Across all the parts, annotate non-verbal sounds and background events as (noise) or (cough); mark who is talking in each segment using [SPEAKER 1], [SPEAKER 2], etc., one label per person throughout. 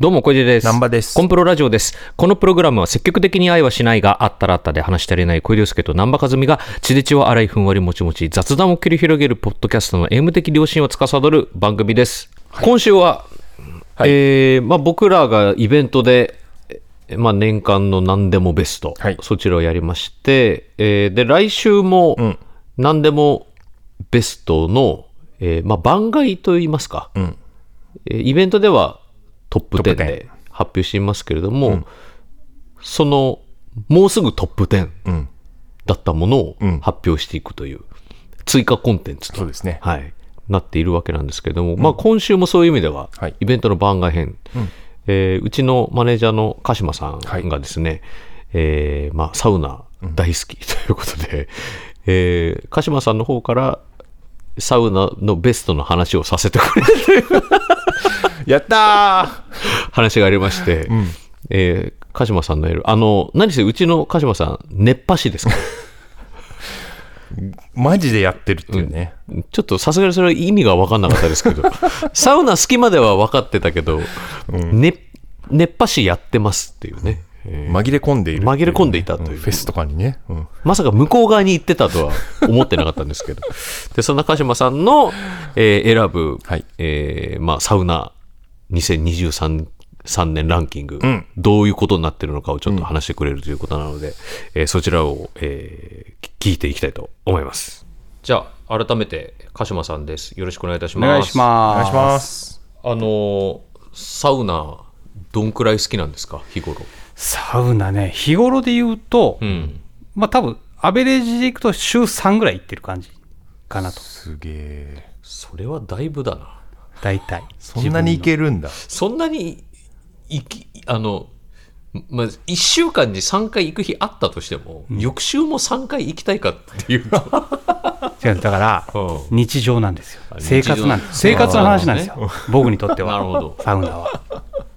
[SPEAKER 1] どうも、小出です。
[SPEAKER 2] 難波です
[SPEAKER 1] コンプロラジオです。このプログラムは積極的に愛はしないが、あったらあったで話し足りない小出介と難波和美が、血で血を洗いふんわりもちもち、雑談を繰り広げるポッドキャストの M 的良心を司る番組です。今週は、
[SPEAKER 2] はい
[SPEAKER 1] えーまあ、僕らがイベントで、えまあ、年間の何でもベスト、
[SPEAKER 2] はい
[SPEAKER 1] そちらをやりまして、えーで、来週も、何でもベストの、えーまあ、番外といいますか、えーイベントではトップ10
[SPEAKER 2] トップ
[SPEAKER 1] で発表していますけれども、そのもうすぐトップ10だったものを発表していくという追加コンテンツと、
[SPEAKER 2] そうですね
[SPEAKER 1] はい、なっているわけなんですけれども、まあ、今週もそういう意味では、
[SPEAKER 2] はい
[SPEAKER 1] イベントの番外編、うえーうちのマネージャーの鹿島さ
[SPEAKER 2] はい
[SPEAKER 1] んがですね、えーまあ、サウナ大好き (laughs) ということで、えー鹿島さんの方からサウナのベストの話をさせてくれるという
[SPEAKER 2] やった
[SPEAKER 1] 話がありまして、えー鹿島さんのやるあの何せうちの鹿島さん熱波師ですから
[SPEAKER 2] ーマジでやってるっていうね。
[SPEAKER 1] ちょっとさすがにそれは意味が分かんなかったですけどサウナ好きまでは分かってたけど、熱熱波師やってますっていうね、え
[SPEAKER 2] 紛れ込んでいるっていうね。
[SPEAKER 1] 紛れ込んでいたという
[SPEAKER 2] フェスとかにね。うん
[SPEAKER 1] ーまさか向こう側に行ってたとは思ってなかったんですけどでそんな鹿島さんの、えー選ぶ、
[SPEAKER 2] はい
[SPEAKER 1] えーまあ、サウナ2023 3年ランキング、どういうことになってるのかをちょっと話してくれるということなので、えーそちらを、えーき聞いていきたいと思いますじゃあ改めて鹿島さんですよろしくお願いいたし
[SPEAKER 3] お
[SPEAKER 1] ます
[SPEAKER 3] 願いし
[SPEAKER 2] お願
[SPEAKER 3] ま
[SPEAKER 2] い
[SPEAKER 3] す。
[SPEAKER 2] します。
[SPEAKER 1] あのーサウナどんくらい好きなんですか日頃
[SPEAKER 3] サウナね、日頃で言うと、
[SPEAKER 1] うん
[SPEAKER 3] まあ多分、アベレージでいくと週3ぐらい行ってる感じかなと。
[SPEAKER 2] すげえ。
[SPEAKER 1] それはだいぶだな
[SPEAKER 3] 大体。
[SPEAKER 2] そんなにいけるんだ。
[SPEAKER 1] そんなに行きあのまあ、1週間に3回行く日あったとしても、翌週も3回行きたいかって (laughs) いうと
[SPEAKER 3] 違うだから
[SPEAKER 1] うん、
[SPEAKER 3] 日常なんですよ。
[SPEAKER 1] あ
[SPEAKER 3] 生活なんです。
[SPEAKER 1] 日常
[SPEAKER 3] 生活の話なんです
[SPEAKER 1] あ
[SPEAKER 3] よ。僕にとっては。
[SPEAKER 1] なるほど
[SPEAKER 3] サウナは。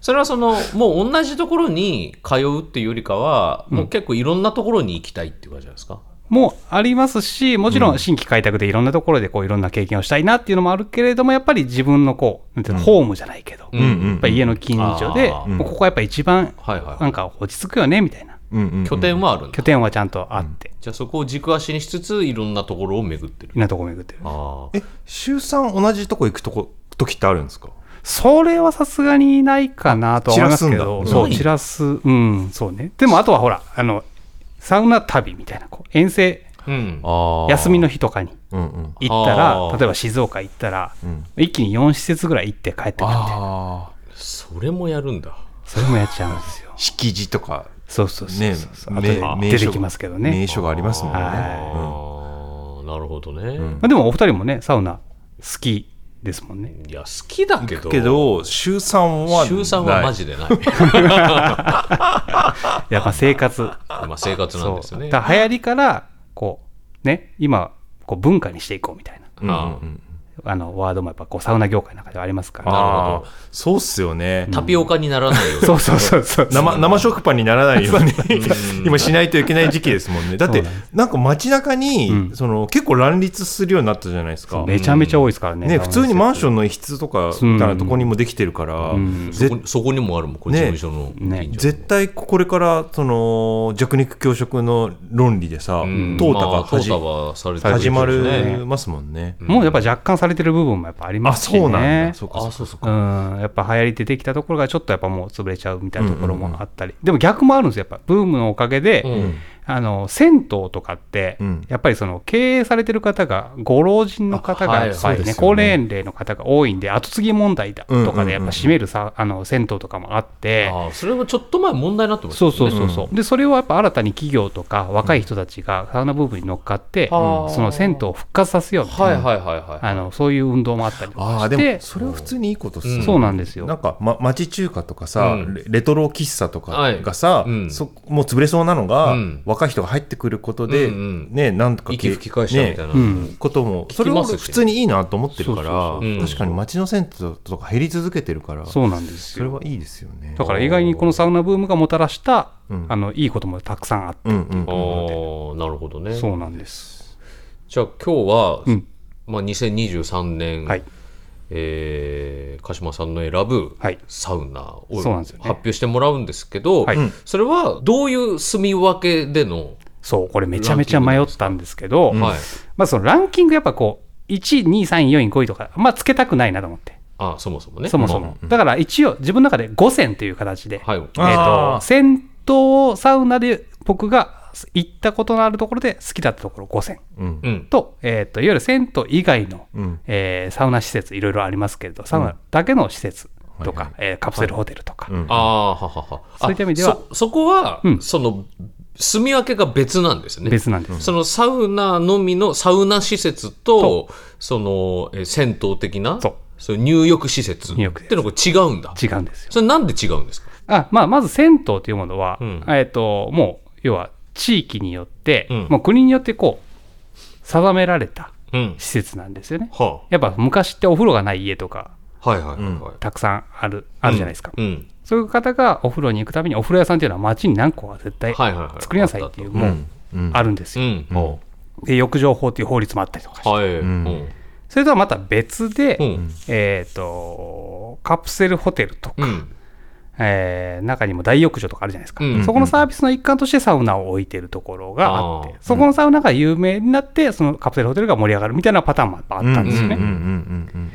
[SPEAKER 1] それはそのもう同じところに通うっていうよりかは、もう結構いろんなところに行きたいっていう感じなんですか
[SPEAKER 3] もうありますし、もちろん新規開拓でいろんなところでこういろんな経験をしたいなっていうのもあるけれども、やっぱり自分のこう、なんていうの、ホームじゃないけど、
[SPEAKER 1] んうん
[SPEAKER 3] やっぱ家の近所で、
[SPEAKER 1] あー
[SPEAKER 3] もうここはやっぱ一番
[SPEAKER 1] はいはい
[SPEAKER 3] なんか落ち着くよねみたいな。
[SPEAKER 2] うんうんうん
[SPEAKER 1] 拠点はあるんだ、
[SPEAKER 3] 拠点はちゃんとあって。
[SPEAKER 1] じゃあそこを軸足にしつついろんなところを巡ってる
[SPEAKER 3] いろんなとこ巡ってる。
[SPEAKER 1] ああ
[SPEAKER 2] え、週3同じとこ行くとこ、時ってあるんですか
[SPEAKER 3] それはさすがにないかなとは思いますけど、
[SPEAKER 2] 散らすんだ
[SPEAKER 3] そうう、
[SPEAKER 1] ん
[SPEAKER 3] 散らす、うん、そうね。でも、あとはほら、あの、サウナ旅みたいな、こう遠征、
[SPEAKER 1] うん
[SPEAKER 2] あ
[SPEAKER 3] 休みの日とかに
[SPEAKER 2] うんうん。
[SPEAKER 3] 行った
[SPEAKER 1] あ
[SPEAKER 3] ら
[SPEAKER 1] ー、
[SPEAKER 3] 例えば静岡行ったら、
[SPEAKER 2] ん
[SPEAKER 3] 一気に4施設ぐらい行って帰ってくるみたいな。
[SPEAKER 2] ああ。。
[SPEAKER 1] それもやるんだ
[SPEAKER 3] それもやっちゃうんですよ
[SPEAKER 2] 敷地とか、
[SPEAKER 3] そうそうそう
[SPEAKER 2] ね
[SPEAKER 3] そう。
[SPEAKER 2] め
[SPEAKER 3] 後
[SPEAKER 2] 名
[SPEAKER 3] で
[SPEAKER 2] 所
[SPEAKER 3] 出て
[SPEAKER 2] が
[SPEAKER 3] きますけど
[SPEAKER 2] 名
[SPEAKER 3] ね。
[SPEAKER 2] 所がありますもんね。
[SPEAKER 3] はい
[SPEAKER 1] ああなるほどね、
[SPEAKER 3] まあ、でも、お二人もね、サウナ好きですもんね。
[SPEAKER 1] いや好きだけ
[SPEAKER 2] うん
[SPEAKER 1] ど
[SPEAKER 2] けど、週3はない。
[SPEAKER 1] 週3はマジでない
[SPEAKER 3] やっぱ生
[SPEAKER 1] (laughs)
[SPEAKER 3] 活。
[SPEAKER 1] まあ生活なんですよね
[SPEAKER 3] だから流行りから、こう、ね、今、こう文化にしていこうみたいな。
[SPEAKER 2] うんうんうん。
[SPEAKER 3] あのワードもやっぱこうサウナ業界の中ではありますから、
[SPEAKER 1] なるほ
[SPEAKER 2] あ
[SPEAKER 1] ど
[SPEAKER 2] あ、そうっすよね。
[SPEAKER 1] タピオカにならないように
[SPEAKER 3] そうそうそうそう
[SPEAKER 2] 生生食パンにならないように今しないといけない時期ですもんねだって
[SPEAKER 3] そうなん
[SPEAKER 2] なんか街中に、
[SPEAKER 3] うん
[SPEAKER 2] その結構乱立するようになったじゃないですか、
[SPEAKER 3] めちゃめちゃ多いですからね
[SPEAKER 2] ね、普通にマン
[SPEAKER 3] シ
[SPEAKER 2] ションの一室とかみたいなとこにもできてるから、
[SPEAKER 3] うん
[SPEAKER 2] ぜ
[SPEAKER 1] そこそこにもあるもんこれ事務
[SPEAKER 2] ね
[SPEAKER 1] 所の近所、
[SPEAKER 3] ね
[SPEAKER 2] 絶対これからその弱肉強食の論理でさ
[SPEAKER 1] うん
[SPEAKER 2] 淘汰が
[SPEAKER 1] まあ淘
[SPEAKER 2] 始,、
[SPEAKER 1] 汰はされてる
[SPEAKER 2] 始ま
[SPEAKER 1] でしょうね
[SPEAKER 2] るますもんね、
[SPEAKER 3] もうやっぱ若干されてる部分もやっぱありま
[SPEAKER 2] あ
[SPEAKER 3] すし、ね、
[SPEAKER 2] そうなんだそうかそ
[SPEAKER 1] あ
[SPEAKER 2] うか
[SPEAKER 1] そうそう
[SPEAKER 3] う
[SPEAKER 1] か、
[SPEAKER 3] んやっぱ流行り出てきたところがちょっとやっぱもう潰れちゃうみたいなところもあったり、でも逆もあるんですよやっぱブームのおかげで、
[SPEAKER 1] うん
[SPEAKER 3] あの銭湯とかって、
[SPEAKER 2] うん
[SPEAKER 3] やっぱりその経営されてる方がご老人の方が、
[SPEAKER 1] あはいはい
[SPEAKER 3] そうですね高齢齢の方が多いんで後継ぎ問題だとかでやっぱ占めるさ、あの銭湯とかもあって、
[SPEAKER 1] ああそれもちょっと前問題になってました
[SPEAKER 3] そ
[SPEAKER 1] よ
[SPEAKER 3] う
[SPEAKER 1] ね
[SPEAKER 3] そうそうそう、でそれをやっぱ新たに企業とか若い人たちがサウナブームに乗っかって、
[SPEAKER 1] あー
[SPEAKER 3] その銭湯を復活させようみたいな、
[SPEAKER 1] はいはいはいはい
[SPEAKER 3] あのそういう運動もあったりと
[SPEAKER 2] ああ
[SPEAKER 3] かし
[SPEAKER 2] でも
[SPEAKER 3] て
[SPEAKER 2] それは普通にいいことっすよね
[SPEAKER 1] うん
[SPEAKER 3] そうなんですよ
[SPEAKER 2] なんか、ま、町中華とかさ、
[SPEAKER 1] うん
[SPEAKER 2] レレトロ喫茶とかがさ、
[SPEAKER 1] はいうん
[SPEAKER 2] そもう潰れそうなのが、
[SPEAKER 1] うん
[SPEAKER 2] 若い人が入ってくることで、
[SPEAKER 1] うんうん
[SPEAKER 2] ねなんとか
[SPEAKER 1] 息吹き返したみたいな、
[SPEAKER 2] ね
[SPEAKER 3] うん
[SPEAKER 2] ことも
[SPEAKER 1] 聞
[SPEAKER 2] そ
[SPEAKER 1] き
[SPEAKER 2] れ
[SPEAKER 1] ま
[SPEAKER 2] も
[SPEAKER 1] すし
[SPEAKER 2] 普通にいいなと思ってるから
[SPEAKER 3] そ
[SPEAKER 1] そう
[SPEAKER 3] う
[SPEAKER 1] そううん
[SPEAKER 2] 確かに町の銭湯とか減り続けてるから
[SPEAKER 3] そうなんです
[SPEAKER 2] それ
[SPEAKER 3] よ
[SPEAKER 2] はいいですよね
[SPEAKER 3] だから意外にこのサウナブームがもたらした、
[SPEAKER 2] うん
[SPEAKER 3] あのいいこともたくさんあって、
[SPEAKER 2] うんうん
[SPEAKER 1] ああなるほどね
[SPEAKER 3] そうなんです
[SPEAKER 1] じゃあ今日は、
[SPEAKER 3] うん
[SPEAKER 1] まあ、2023年、
[SPEAKER 3] はい
[SPEAKER 1] えー鹿島さんの選ぶ
[SPEAKER 3] はい
[SPEAKER 1] サウナを
[SPEAKER 3] そうなんです
[SPEAKER 1] 発
[SPEAKER 3] よね
[SPEAKER 1] 表してもらうんですけど、
[SPEAKER 3] はい
[SPEAKER 2] うん
[SPEAKER 1] それはどういう住み分けでの、
[SPEAKER 3] そう、これめちゃめちゃ迷ったんですけど、
[SPEAKER 1] はい、
[SPEAKER 3] まあそのランキングやっぱこう、1、2、3、4位、5位とか、あんまつけたくないなと思って。
[SPEAKER 1] あそもそもね。
[SPEAKER 3] そもそも。だから一応、自分の中で5選という形で、
[SPEAKER 1] はい、
[SPEAKER 3] えっ
[SPEAKER 2] あー
[SPEAKER 3] と、銭湯サウナで僕が行ったことのあるところで好きだったところ5選
[SPEAKER 2] うん
[SPEAKER 1] うん
[SPEAKER 3] と、えっと、いわゆる銭湯以外の、
[SPEAKER 2] うん
[SPEAKER 3] えーサウナ施設、いろいろありますけれど、サウナだけの施設とか、えーカプセルホテルとか、
[SPEAKER 2] うん
[SPEAKER 1] ああはははあ
[SPEAKER 3] そういった意味では
[SPEAKER 1] そそこは、
[SPEAKER 3] うん
[SPEAKER 1] その住み分けが別なんですね
[SPEAKER 3] 別なんです。
[SPEAKER 1] そのサウナのみのサウナ施設とそのえ銭湯的な
[SPEAKER 3] そう
[SPEAKER 1] そういう入浴施設っていう
[SPEAKER 3] 入浴施設
[SPEAKER 1] のが違うんだ
[SPEAKER 3] 違うんですよ。
[SPEAKER 1] それなんで違うんですか
[SPEAKER 3] あまあ、まず銭湯というものは、
[SPEAKER 1] うん
[SPEAKER 3] えっともう要は地域によって、
[SPEAKER 1] うん
[SPEAKER 3] もう国によってこう定められた
[SPEAKER 1] うん
[SPEAKER 3] 施設なんですよね。
[SPEAKER 1] は
[SPEAKER 3] やっぱ昔ってお風呂がない家とか
[SPEAKER 1] あはいはいはい
[SPEAKER 2] うん
[SPEAKER 1] はい
[SPEAKER 3] たくさんあるあるじゃないですか、
[SPEAKER 1] うんうん
[SPEAKER 3] そういう方がお風呂に行くためにお風呂屋さんっていうのは街に何個は絶対
[SPEAKER 1] はいはいはい
[SPEAKER 3] 作りなさいっていうもう
[SPEAKER 2] うん
[SPEAKER 3] あるんです
[SPEAKER 1] う
[SPEAKER 3] よ、
[SPEAKER 1] ん
[SPEAKER 2] うん
[SPEAKER 3] で浴場法っていう法律もあったりとかして、
[SPEAKER 1] はいうん
[SPEAKER 2] ん
[SPEAKER 3] それとはまた別で、
[SPEAKER 1] うん
[SPEAKER 3] えっ、とカプセルホテルとか、
[SPEAKER 1] うん
[SPEAKER 3] えー中にも大浴場とかあるじゃないですか、
[SPEAKER 1] うん
[SPEAKER 3] そこのサービスの一環としてサウナを置いてるところがあって
[SPEAKER 1] あー
[SPEAKER 3] そこのサウナが有名になってそのカプセルホテルが盛り上がるみたいなパターンもやっぱあったんですよね。
[SPEAKER 1] うんうん
[SPEAKER 2] うんうん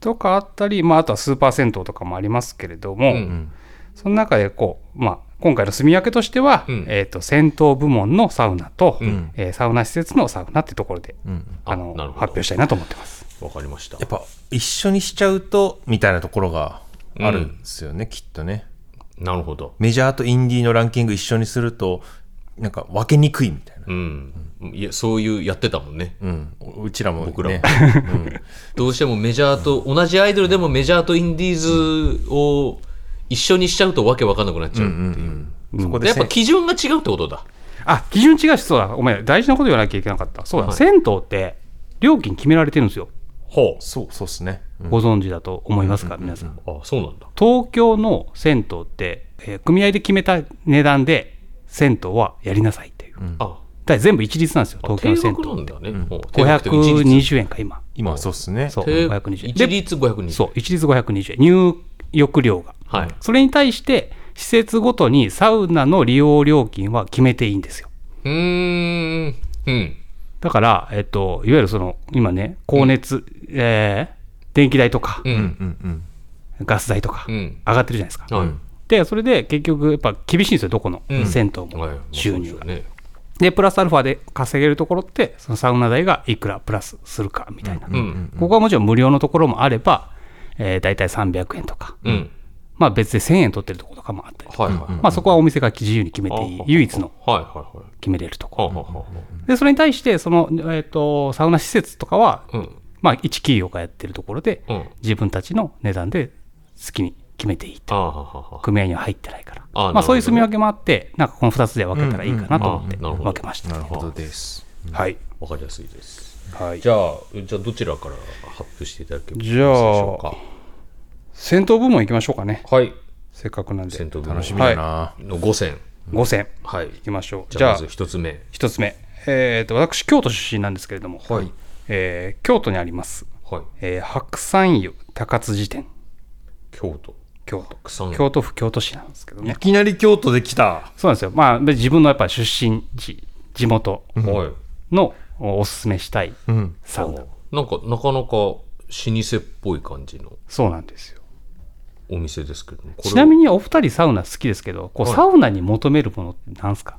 [SPEAKER 3] とかあったり、まあ、あとはスーパー銭湯とかもありますけれど
[SPEAKER 1] う
[SPEAKER 3] も、
[SPEAKER 1] ん
[SPEAKER 2] ん
[SPEAKER 3] その中でこう、まあ、今回の住み分けとしては、
[SPEAKER 1] うん
[SPEAKER 3] えー、と銭湯部門のサウナと、
[SPEAKER 1] ん
[SPEAKER 3] えーサウナ施設のサウナってところで、
[SPEAKER 2] うんうん
[SPEAKER 1] あ
[SPEAKER 3] あの
[SPEAKER 1] なるほど
[SPEAKER 3] 発表したいなと思ってます。
[SPEAKER 1] わかりました
[SPEAKER 2] やっぱ一緒にしちゃうとみたいなところがあるんですよね、きっとね
[SPEAKER 1] なるほど
[SPEAKER 2] メジャーとインディーのランキング一緒にするとなんか分けにくいみたいな、
[SPEAKER 1] うんいやそういうやってたもんね
[SPEAKER 2] うん、ううちらも、ね、
[SPEAKER 1] 僕
[SPEAKER 2] (laughs)
[SPEAKER 1] らもどうしてもメジャーと、同じアイドルでもメジャーとインディーズを一緒にしちゃうとわけわかんなくなっちゃうっていう。
[SPEAKER 2] そこ
[SPEAKER 1] で
[SPEAKER 2] で
[SPEAKER 1] やっぱ基準が違うってことだ。
[SPEAKER 3] あ基準違うしそうだお前大事なこと言わなきゃいけなかったそうだ、銭湯って料金決められてるんですよ。
[SPEAKER 1] ほ
[SPEAKER 2] そうそうっすね、うん
[SPEAKER 3] ご存知だと思いますか、皆さん。
[SPEAKER 1] う。あ、そうなんだ。
[SPEAKER 3] 東京の銭湯って、えー組合で決めた値段で銭湯はやりなさいっていう。だか
[SPEAKER 1] あ、
[SPEAKER 3] ら全部一律なんですよ、東京
[SPEAKER 1] 定
[SPEAKER 3] の銭
[SPEAKER 1] 額な
[SPEAKER 3] 湯
[SPEAKER 1] ん
[SPEAKER 3] って
[SPEAKER 1] だ。ね。520。
[SPEAKER 3] 520円か、今。
[SPEAKER 2] 今はそうっすね
[SPEAKER 3] そう、
[SPEAKER 1] 定
[SPEAKER 3] 520円。
[SPEAKER 1] 一
[SPEAKER 3] で、
[SPEAKER 1] 律520円。
[SPEAKER 3] そう、一律520円。入浴料が。
[SPEAKER 1] はい。
[SPEAKER 3] それに対して、施設ごとにサウナの利用料金は決めていいんですよ。
[SPEAKER 1] うーん。うん。
[SPEAKER 3] だから、えっと、いわゆるその、今ね、光熱、えー電気代とか、
[SPEAKER 1] うん。
[SPEAKER 2] うんうん
[SPEAKER 3] ガス代とか、
[SPEAKER 1] うん。
[SPEAKER 3] 上がってるじゃないですか。
[SPEAKER 1] はい。
[SPEAKER 3] で、それで結局、やっぱ厳しいんですよ、どこの
[SPEAKER 1] うん
[SPEAKER 3] 銭湯
[SPEAKER 1] はい
[SPEAKER 3] も、収入
[SPEAKER 1] そう
[SPEAKER 3] が。
[SPEAKER 1] ですよね。
[SPEAKER 3] で、プラスアルファで稼げるところって、そのサウナ代がいくらプラスするかみたいな、
[SPEAKER 1] うん。
[SPEAKER 3] ここはもちろん無料のところもあれば、えー、大体300円とか、
[SPEAKER 1] うん。
[SPEAKER 3] まあ、別で1000円取ってるところとかもあったりとか、
[SPEAKER 1] はいはい。
[SPEAKER 3] まあ、そこはお店が自由に決めていい、唯一の
[SPEAKER 1] はいはいはい。
[SPEAKER 3] 決めれるとこ
[SPEAKER 1] はあ
[SPEAKER 3] ろ。
[SPEAKER 1] はあは
[SPEAKER 3] で、それに対して、その、えっとサウナ施設とかは、
[SPEAKER 1] あうん。
[SPEAKER 3] まあ、1企業がやってるところで、
[SPEAKER 1] うん。
[SPEAKER 3] 自分たちの値段で好きに決めていい
[SPEAKER 1] あーはあはあはあ。
[SPEAKER 3] 組合には入ってないか
[SPEAKER 1] あ
[SPEAKER 3] ら。
[SPEAKER 1] なるほど
[SPEAKER 3] まあそういう住み分けもあって、なんかこの2つで分けたらいいかなと思って
[SPEAKER 1] うんうんうんあなるほど
[SPEAKER 3] 分けました。
[SPEAKER 2] なるほどです
[SPEAKER 3] はい。
[SPEAKER 1] わかりやすいです。
[SPEAKER 3] はい。
[SPEAKER 1] じゃあ、じゃあどちらから発表していただけますでし
[SPEAKER 3] じゃあ
[SPEAKER 1] ょうか。
[SPEAKER 3] 戦闘部門行きましょうかね。
[SPEAKER 1] はい。
[SPEAKER 3] せっかくなん
[SPEAKER 1] 戦
[SPEAKER 3] で。
[SPEAKER 1] 闘部
[SPEAKER 2] 楽しみ
[SPEAKER 1] の
[SPEAKER 2] だな、
[SPEAKER 1] 5選。
[SPEAKER 3] 5選
[SPEAKER 1] はい。
[SPEAKER 3] 行きましょう。
[SPEAKER 1] じ
[SPEAKER 3] じ
[SPEAKER 1] ゃあ、
[SPEAKER 3] ゃ
[SPEAKER 1] ま
[SPEAKER 3] あ
[SPEAKER 1] ず、1つ目。
[SPEAKER 3] 1つ目。えっ、と、私、京都出身なんですけれども、
[SPEAKER 1] はい。
[SPEAKER 3] えー京都にあります、
[SPEAKER 1] はい。
[SPEAKER 3] えー白山湯高津寺店、
[SPEAKER 1] 京都。
[SPEAKER 3] 京都。
[SPEAKER 1] 白山湯
[SPEAKER 3] 京都府京都市なんですけどね
[SPEAKER 2] い。きなり京都で来た
[SPEAKER 3] そうなんですよ。まあ、自分のやっぱり出身地、地元
[SPEAKER 1] はい。
[SPEAKER 3] のおすすめしたい
[SPEAKER 2] うん
[SPEAKER 3] サウナ。
[SPEAKER 1] なんか、なかなか老舗っぽい感じの
[SPEAKER 3] そうなんですよ。
[SPEAKER 1] お店ですけども。これ
[SPEAKER 3] ちなみにお二人サウナ好きですけど、こう
[SPEAKER 1] はい
[SPEAKER 3] サウナに求めるものって何すか、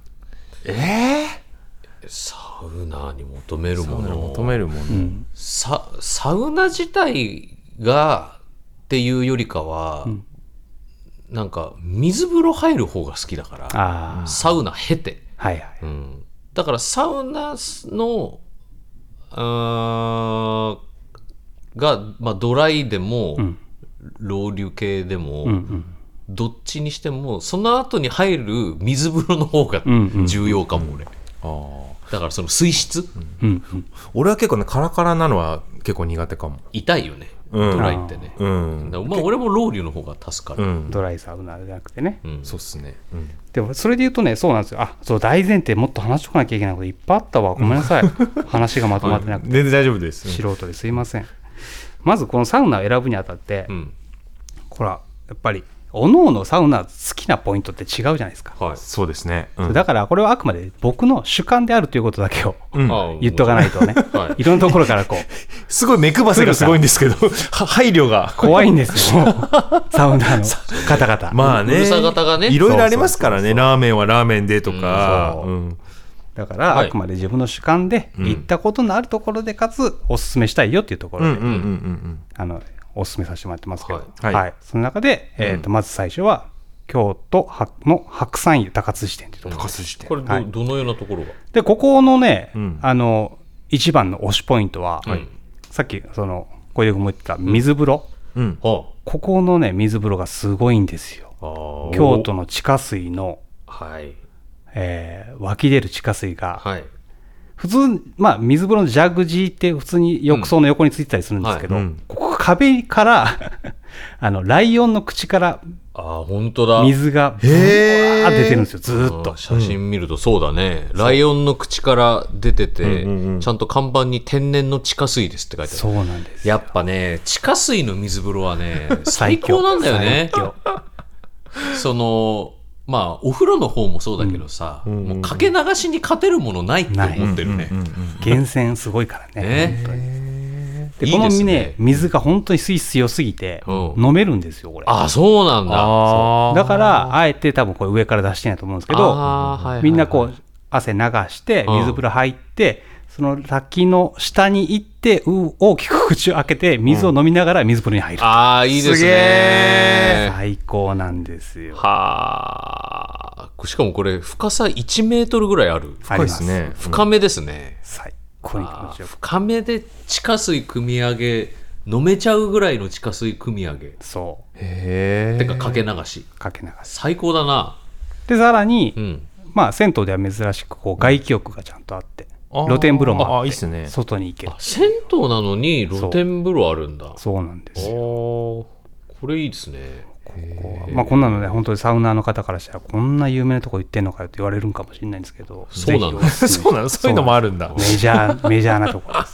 [SPEAKER 1] サウナに求めるもの。
[SPEAKER 2] 求めるもんね、
[SPEAKER 1] ササウナ自体がっていうよりかは、なんか、水風呂入る方が好きだから、
[SPEAKER 3] ああ、
[SPEAKER 1] サウナ経て。
[SPEAKER 3] はいはい。
[SPEAKER 1] うんだからサウナのあーが、まあ、ドライでも、ロウリュ系でも、どっちにしてもその後に入る水風呂の方が重要かも俺、
[SPEAKER 2] あ
[SPEAKER 1] だからその水質、
[SPEAKER 3] うん、
[SPEAKER 2] あ俺は結構ねカラカラなのは結構苦手かも
[SPEAKER 1] 痛いよね
[SPEAKER 2] うん
[SPEAKER 1] ドライってね、
[SPEAKER 2] うん
[SPEAKER 1] だからまあ、俺もロウリュの方が助か
[SPEAKER 2] う
[SPEAKER 1] る、
[SPEAKER 2] ん
[SPEAKER 3] ドライサウナじゃなくてね。
[SPEAKER 1] うん
[SPEAKER 2] そうっすね、うん、
[SPEAKER 3] でも、それで言うとね、そうなんですよ。あ、そう、大前提もっと話しとかなきゃいけないこといっぱいあったわ。ごめんなさい。話がまとまってなくて、
[SPEAKER 2] 全然大丈夫です
[SPEAKER 3] 素人ですいません。まずこのサウナを選ぶにあたって、
[SPEAKER 1] うん。
[SPEAKER 3] ほらやっぱりおのおのサウナ好きなポイントって違うじゃないですか、
[SPEAKER 1] はい。
[SPEAKER 2] そうですね。うん
[SPEAKER 3] だからこれはあくまで僕の主観であるということだけを
[SPEAKER 2] うん
[SPEAKER 1] あ
[SPEAKER 3] 言っとかないとね、、
[SPEAKER 1] はい
[SPEAKER 3] ろんなところからこう
[SPEAKER 2] すごい目配せがすごいんですけど、 (laughs) は配慮が。
[SPEAKER 3] 怖いんですよもうサウナの方々、
[SPEAKER 2] まあ
[SPEAKER 1] う
[SPEAKER 2] ね。
[SPEAKER 1] るさ型がね
[SPEAKER 2] いろいろありますからね。ラーメンはラーメンでとか。
[SPEAKER 3] うんそう
[SPEAKER 2] うん
[SPEAKER 3] だから
[SPEAKER 1] はい
[SPEAKER 3] あくまで自分の主観で
[SPEAKER 2] うん
[SPEAKER 3] 行ったことのあるところでかつおすすめしたいよっていうとこ
[SPEAKER 2] うん
[SPEAKER 3] ろ
[SPEAKER 2] うん
[SPEAKER 3] で、
[SPEAKER 2] うんうん
[SPEAKER 3] あのおすすめさせてもらってますけど、
[SPEAKER 1] は
[SPEAKER 2] はい
[SPEAKER 3] その中で、えー、とまず最初は京都の白山湯高津支店っていうと
[SPEAKER 2] う
[SPEAKER 3] こ
[SPEAKER 2] ん。
[SPEAKER 3] ろ
[SPEAKER 2] 高須支店
[SPEAKER 1] こ。れど、
[SPEAKER 3] はい
[SPEAKER 1] どのようなところが
[SPEAKER 3] でここのね、
[SPEAKER 2] うん
[SPEAKER 3] あの一番の推しポイントは、
[SPEAKER 1] はい
[SPEAKER 3] さっきその小出君も言ってた水風呂、
[SPEAKER 2] うん。
[SPEAKER 1] は
[SPEAKER 3] ここのね水風呂がすごいんですよ
[SPEAKER 1] あ。あ
[SPEAKER 3] 京都の地下水の、
[SPEAKER 1] はい。
[SPEAKER 3] えー湧き出る地下水が、
[SPEAKER 1] はい。
[SPEAKER 3] 普通まあ水風呂のジャグジーって普通に浴槽の横についてたりするんですけど、
[SPEAKER 2] うんはいうん
[SPEAKER 3] ここ壁から (laughs) あのライオンの口から
[SPEAKER 1] ああ、本当だ。
[SPEAKER 3] 水がブワ
[SPEAKER 2] へー
[SPEAKER 3] ー出てるんですよずーっ
[SPEAKER 1] あー
[SPEAKER 3] と。
[SPEAKER 1] 写真見るとそうだね、ライオンの口から出てて、
[SPEAKER 2] うんうんうん
[SPEAKER 1] ちゃんと看板に天然の地下水ですって書いてあ
[SPEAKER 3] そ
[SPEAKER 1] る
[SPEAKER 3] うなんですよ
[SPEAKER 1] やっぱね地下水の水風呂はね
[SPEAKER 2] (laughs)
[SPEAKER 1] 最強なんだよね
[SPEAKER 3] 最強
[SPEAKER 1] そのまあお風呂の方もそうだけどさ、
[SPEAKER 2] んうんうん
[SPEAKER 1] もうかけ流しに勝てるものないって思ってるね、
[SPEAKER 2] うんうんうん
[SPEAKER 3] 源泉すごいからね
[SPEAKER 1] ね
[SPEAKER 3] 本当に
[SPEAKER 1] い
[SPEAKER 3] で
[SPEAKER 1] い
[SPEAKER 3] この
[SPEAKER 1] です
[SPEAKER 3] ね
[SPEAKER 1] ね
[SPEAKER 3] 水が本当に水質良すぎて、
[SPEAKER 1] うん
[SPEAKER 3] 飲めるんですよこれ
[SPEAKER 1] ああそうなんだ
[SPEAKER 2] あー
[SPEAKER 3] だか、らあえて多分これ上から出してないと思うんですけど
[SPEAKER 1] あーはいはいはい
[SPEAKER 3] みんなこう汗流して
[SPEAKER 1] うん
[SPEAKER 3] 水風呂入って、その滝の下に行ってう大きく口を開けて水を飲みながら水風呂に入る、
[SPEAKER 1] ああいいです
[SPEAKER 2] すげ
[SPEAKER 1] ね
[SPEAKER 3] 最高なんですよ
[SPEAKER 1] はあしかもこれ深さ1メートルぐらいある
[SPEAKER 3] あ
[SPEAKER 2] 深い
[SPEAKER 3] り
[SPEAKER 2] で
[SPEAKER 3] ます
[SPEAKER 2] ね。
[SPEAKER 1] 深めですね、
[SPEAKER 3] 最高に気持ちよく
[SPEAKER 1] 深めで地下水汲み上げ飲めちゃうぐらいの地下水汲み上げ
[SPEAKER 3] そ
[SPEAKER 2] へ
[SPEAKER 1] て
[SPEAKER 2] え。
[SPEAKER 1] かかけ流し
[SPEAKER 3] うかけ流し
[SPEAKER 1] 最高だな
[SPEAKER 3] でさらに、
[SPEAKER 1] うん
[SPEAKER 3] まあ銭湯では珍しくこう外気浴がちゃんとあって
[SPEAKER 2] あー
[SPEAKER 3] 露天風呂もあって
[SPEAKER 2] あーいいっすね
[SPEAKER 3] 外に行ける
[SPEAKER 1] あ銭湯なのに露天風呂あるんだ
[SPEAKER 3] そうなんですよ
[SPEAKER 1] おーこれいいですね
[SPEAKER 3] こうまあ、こんなのね、本当にサウナーの方からしたら、こんな有名なとこ行ってんのかよって言われるんかもしれないんですけど、
[SPEAKER 1] そうなの
[SPEAKER 3] ぜひおすすめ
[SPEAKER 2] (laughs) そうなのそういうのもあるんだ。
[SPEAKER 3] メジャー、メジャーなとこで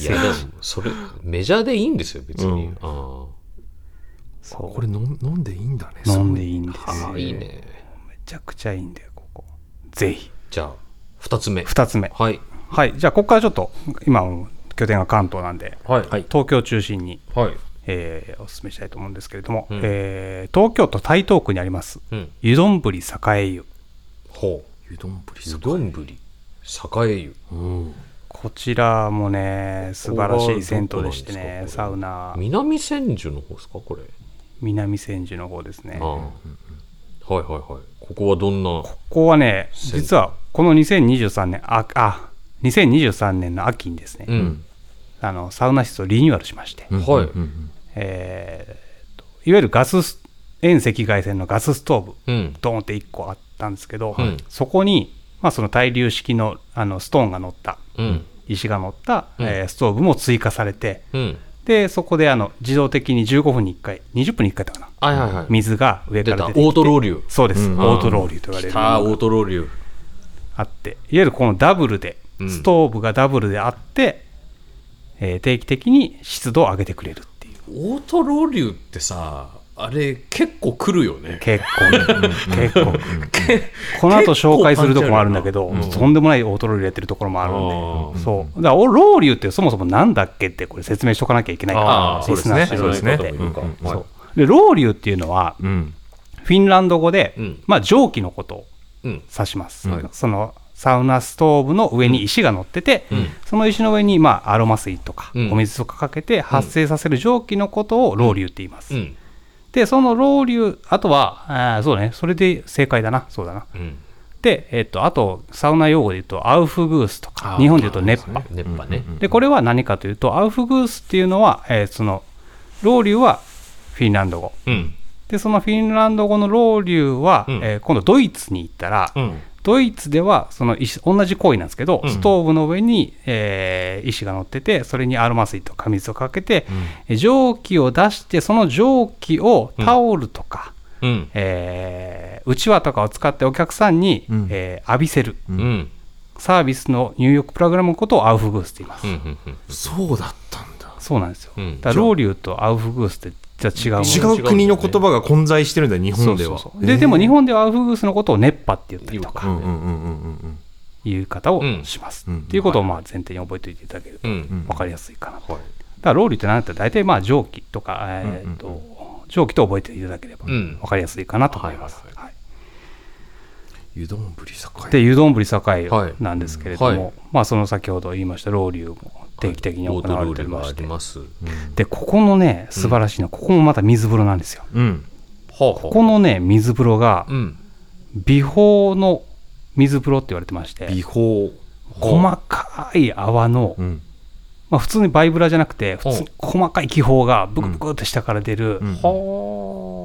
[SPEAKER 3] す。
[SPEAKER 1] いやでもそれメジャーでいいんですよ別に、
[SPEAKER 2] うん
[SPEAKER 1] あ
[SPEAKER 3] そう
[SPEAKER 2] これ飲ん飲んでいいんだね。
[SPEAKER 3] 飲んでいいんです
[SPEAKER 1] あ
[SPEAKER 3] よ。
[SPEAKER 1] いいね
[SPEAKER 3] めちゃくちゃいいんだよ、ここ。ぜひ。
[SPEAKER 1] じゃあ2つ目
[SPEAKER 3] 二つ目。
[SPEAKER 1] はい
[SPEAKER 3] はい、じゃあ、ここからちょっと、今、拠点が関東なんで、
[SPEAKER 1] はい
[SPEAKER 3] 東京を中心に、
[SPEAKER 1] はい
[SPEAKER 3] えーお勧めしたいと思うんですけれども、
[SPEAKER 1] うん
[SPEAKER 3] えー東京都台東区にあります、
[SPEAKER 1] うん
[SPEAKER 3] 湯丼栄湯。
[SPEAKER 1] ほう
[SPEAKER 2] 湯丼ぶり
[SPEAKER 1] 湯丼ぶり栄湯
[SPEAKER 3] こちらもね、素晴らしい銭湯でしてね、
[SPEAKER 1] ここは
[SPEAKER 3] サ
[SPEAKER 1] どこ
[SPEAKER 3] ウナ。
[SPEAKER 1] 南千住の方ですかこれ
[SPEAKER 3] 南千住の方ですね。こ
[SPEAKER 1] ああはいはいはいここはどんな
[SPEAKER 3] こはね、
[SPEAKER 1] 千住
[SPEAKER 3] 実はこの2023年、あ、あ、2023年の秋にですね、
[SPEAKER 1] うん
[SPEAKER 3] あのサウナ室をリニューアルしまして、
[SPEAKER 1] はい
[SPEAKER 3] えーといわゆるガスス、遠赤外線のガスストーブ、
[SPEAKER 1] うん
[SPEAKER 3] ドーンって1個あったんですけど、
[SPEAKER 1] はい
[SPEAKER 3] そこに、まあ、その対流式のあのストーンが乗った、
[SPEAKER 1] うん
[SPEAKER 3] 石が乗った、
[SPEAKER 1] うん
[SPEAKER 3] えーストーブも追加されて、
[SPEAKER 1] うん
[SPEAKER 3] で、そこであの自動的に15分に1回、20分に1回だったかな、
[SPEAKER 1] はいはいはい
[SPEAKER 3] 水が上
[SPEAKER 1] 出
[SPEAKER 3] か
[SPEAKER 1] た
[SPEAKER 3] ら
[SPEAKER 1] オ
[SPEAKER 3] 出てきて
[SPEAKER 1] ートロウリュ
[SPEAKER 3] そうです、
[SPEAKER 2] うん
[SPEAKER 3] オートロウリュと言われる
[SPEAKER 1] きたオートロウリュ
[SPEAKER 3] あっていわゆるこのダブルで、
[SPEAKER 1] うん
[SPEAKER 3] ストーブがダブルであって、えー定期的に湿度を上げてくれるっていう
[SPEAKER 1] オートロウリュってさあれ結構来るよね
[SPEAKER 3] 結構結構この後紹介するとこもあるんだけど、とんでもないオートロウリュやってるところもあるんで、
[SPEAKER 1] あ
[SPEAKER 3] そうだからオロウリュってそもそもなんだっけってこれ説明しとかなきゃいけないか
[SPEAKER 2] あー
[SPEAKER 3] らリスナーして
[SPEAKER 2] そ
[SPEAKER 3] る
[SPEAKER 2] うですね
[SPEAKER 3] 人にとって
[SPEAKER 2] そうですね
[SPEAKER 3] そうでロウリュっていうのは
[SPEAKER 2] うん。
[SPEAKER 3] フィンランド語で、
[SPEAKER 1] うん
[SPEAKER 3] まあ、蒸気のことを
[SPEAKER 1] うん
[SPEAKER 3] 指します、
[SPEAKER 1] はい
[SPEAKER 3] そのサウナストーブの上に石が乗ってて、
[SPEAKER 1] うん
[SPEAKER 3] その石の上に、まあ、アロマ水とか、
[SPEAKER 1] うん
[SPEAKER 3] お水とかかけて発生させる蒸気のことをロウリュって言います、
[SPEAKER 1] うん
[SPEAKER 3] でそのロウリュあとはあーそうだねそれで正解だなそうだな
[SPEAKER 1] うん
[SPEAKER 3] で、えっとあとサウナ用語で言うとアウフグースとか
[SPEAKER 1] あー
[SPEAKER 3] 日本で言うと熱波
[SPEAKER 1] 熱波ね
[SPEAKER 3] でこれは何かというとアウフグースっていうのは、えーそのロウリュはフィンランド語
[SPEAKER 1] うん
[SPEAKER 3] でそのフィンランド語のロウリュは、
[SPEAKER 1] うん
[SPEAKER 3] えー今度ドイツに行ったら、
[SPEAKER 1] うん
[SPEAKER 3] ドイツではその石同じ行為なんですけど、
[SPEAKER 1] うん
[SPEAKER 3] ストーブの上に、えー石が乗っててそれにアロマ水とか水をかけて、え蒸気を出してその蒸気をタオルとか、
[SPEAKER 1] うん
[SPEAKER 3] えーうちわとかを使ってお客さんに、
[SPEAKER 2] うん
[SPEAKER 3] えー浴びせる
[SPEAKER 1] うんうん
[SPEAKER 3] サービスの入浴プログラムのことをアウフグースと言います、
[SPEAKER 1] うんうん
[SPEAKER 2] そうだったんだ。
[SPEAKER 3] そうなんですよ。
[SPEAKER 1] うん
[SPEAKER 3] だからロウリュウとアウフグースってじゃあ違うもの
[SPEAKER 2] 違う国の言葉が混在してるんだよ、日
[SPEAKER 3] そ
[SPEAKER 2] 本
[SPEAKER 3] う
[SPEAKER 2] で
[SPEAKER 3] そ
[SPEAKER 2] は
[SPEAKER 3] う。そうででも日
[SPEAKER 2] 本
[SPEAKER 3] 本ではアウフグースのことを熱波って言ったりと
[SPEAKER 2] う
[SPEAKER 3] か
[SPEAKER 2] んうんうんうんうん
[SPEAKER 3] いう言い方をします、
[SPEAKER 2] うんうん
[SPEAKER 3] っていうことをまあ前提に覚えておいていただけると
[SPEAKER 1] う
[SPEAKER 2] うん
[SPEAKER 1] ん。
[SPEAKER 3] 分かりやすいかなと、
[SPEAKER 1] はい
[SPEAKER 3] だからロウリュウって何だったら大体まあ蒸気とか、えーっと
[SPEAKER 2] うん
[SPEAKER 3] 蒸気と覚えていただければ
[SPEAKER 1] うん
[SPEAKER 3] 分かりやすいかなと思います、
[SPEAKER 1] はい
[SPEAKER 3] はい
[SPEAKER 2] 湯丼ぶり酒屋。
[SPEAKER 3] で湯丼ぶり堺
[SPEAKER 1] はい
[SPEAKER 3] なんですけれども、
[SPEAKER 1] うんはい
[SPEAKER 3] まあ、その先ほど言いましたロウリュウも定期的に行
[SPEAKER 1] オート
[SPEAKER 3] わ
[SPEAKER 1] ロー
[SPEAKER 3] れており
[SPEAKER 1] ル
[SPEAKER 3] ま
[SPEAKER 1] があ
[SPEAKER 3] して、
[SPEAKER 1] ります。は
[SPEAKER 3] でここのね素晴らしいのは、ここもまた水風呂なんですよ
[SPEAKER 2] うん。
[SPEAKER 1] あはあ
[SPEAKER 3] ここのね水風呂が
[SPEAKER 1] うん。
[SPEAKER 3] 美泡の水風呂って言われてまして
[SPEAKER 1] 美法。
[SPEAKER 3] 細かい泡の、
[SPEAKER 2] うん。
[SPEAKER 3] まあ、普通にバイブラじゃなくて普通に細かい気泡がブクブクって下から出る
[SPEAKER 2] うん
[SPEAKER 1] は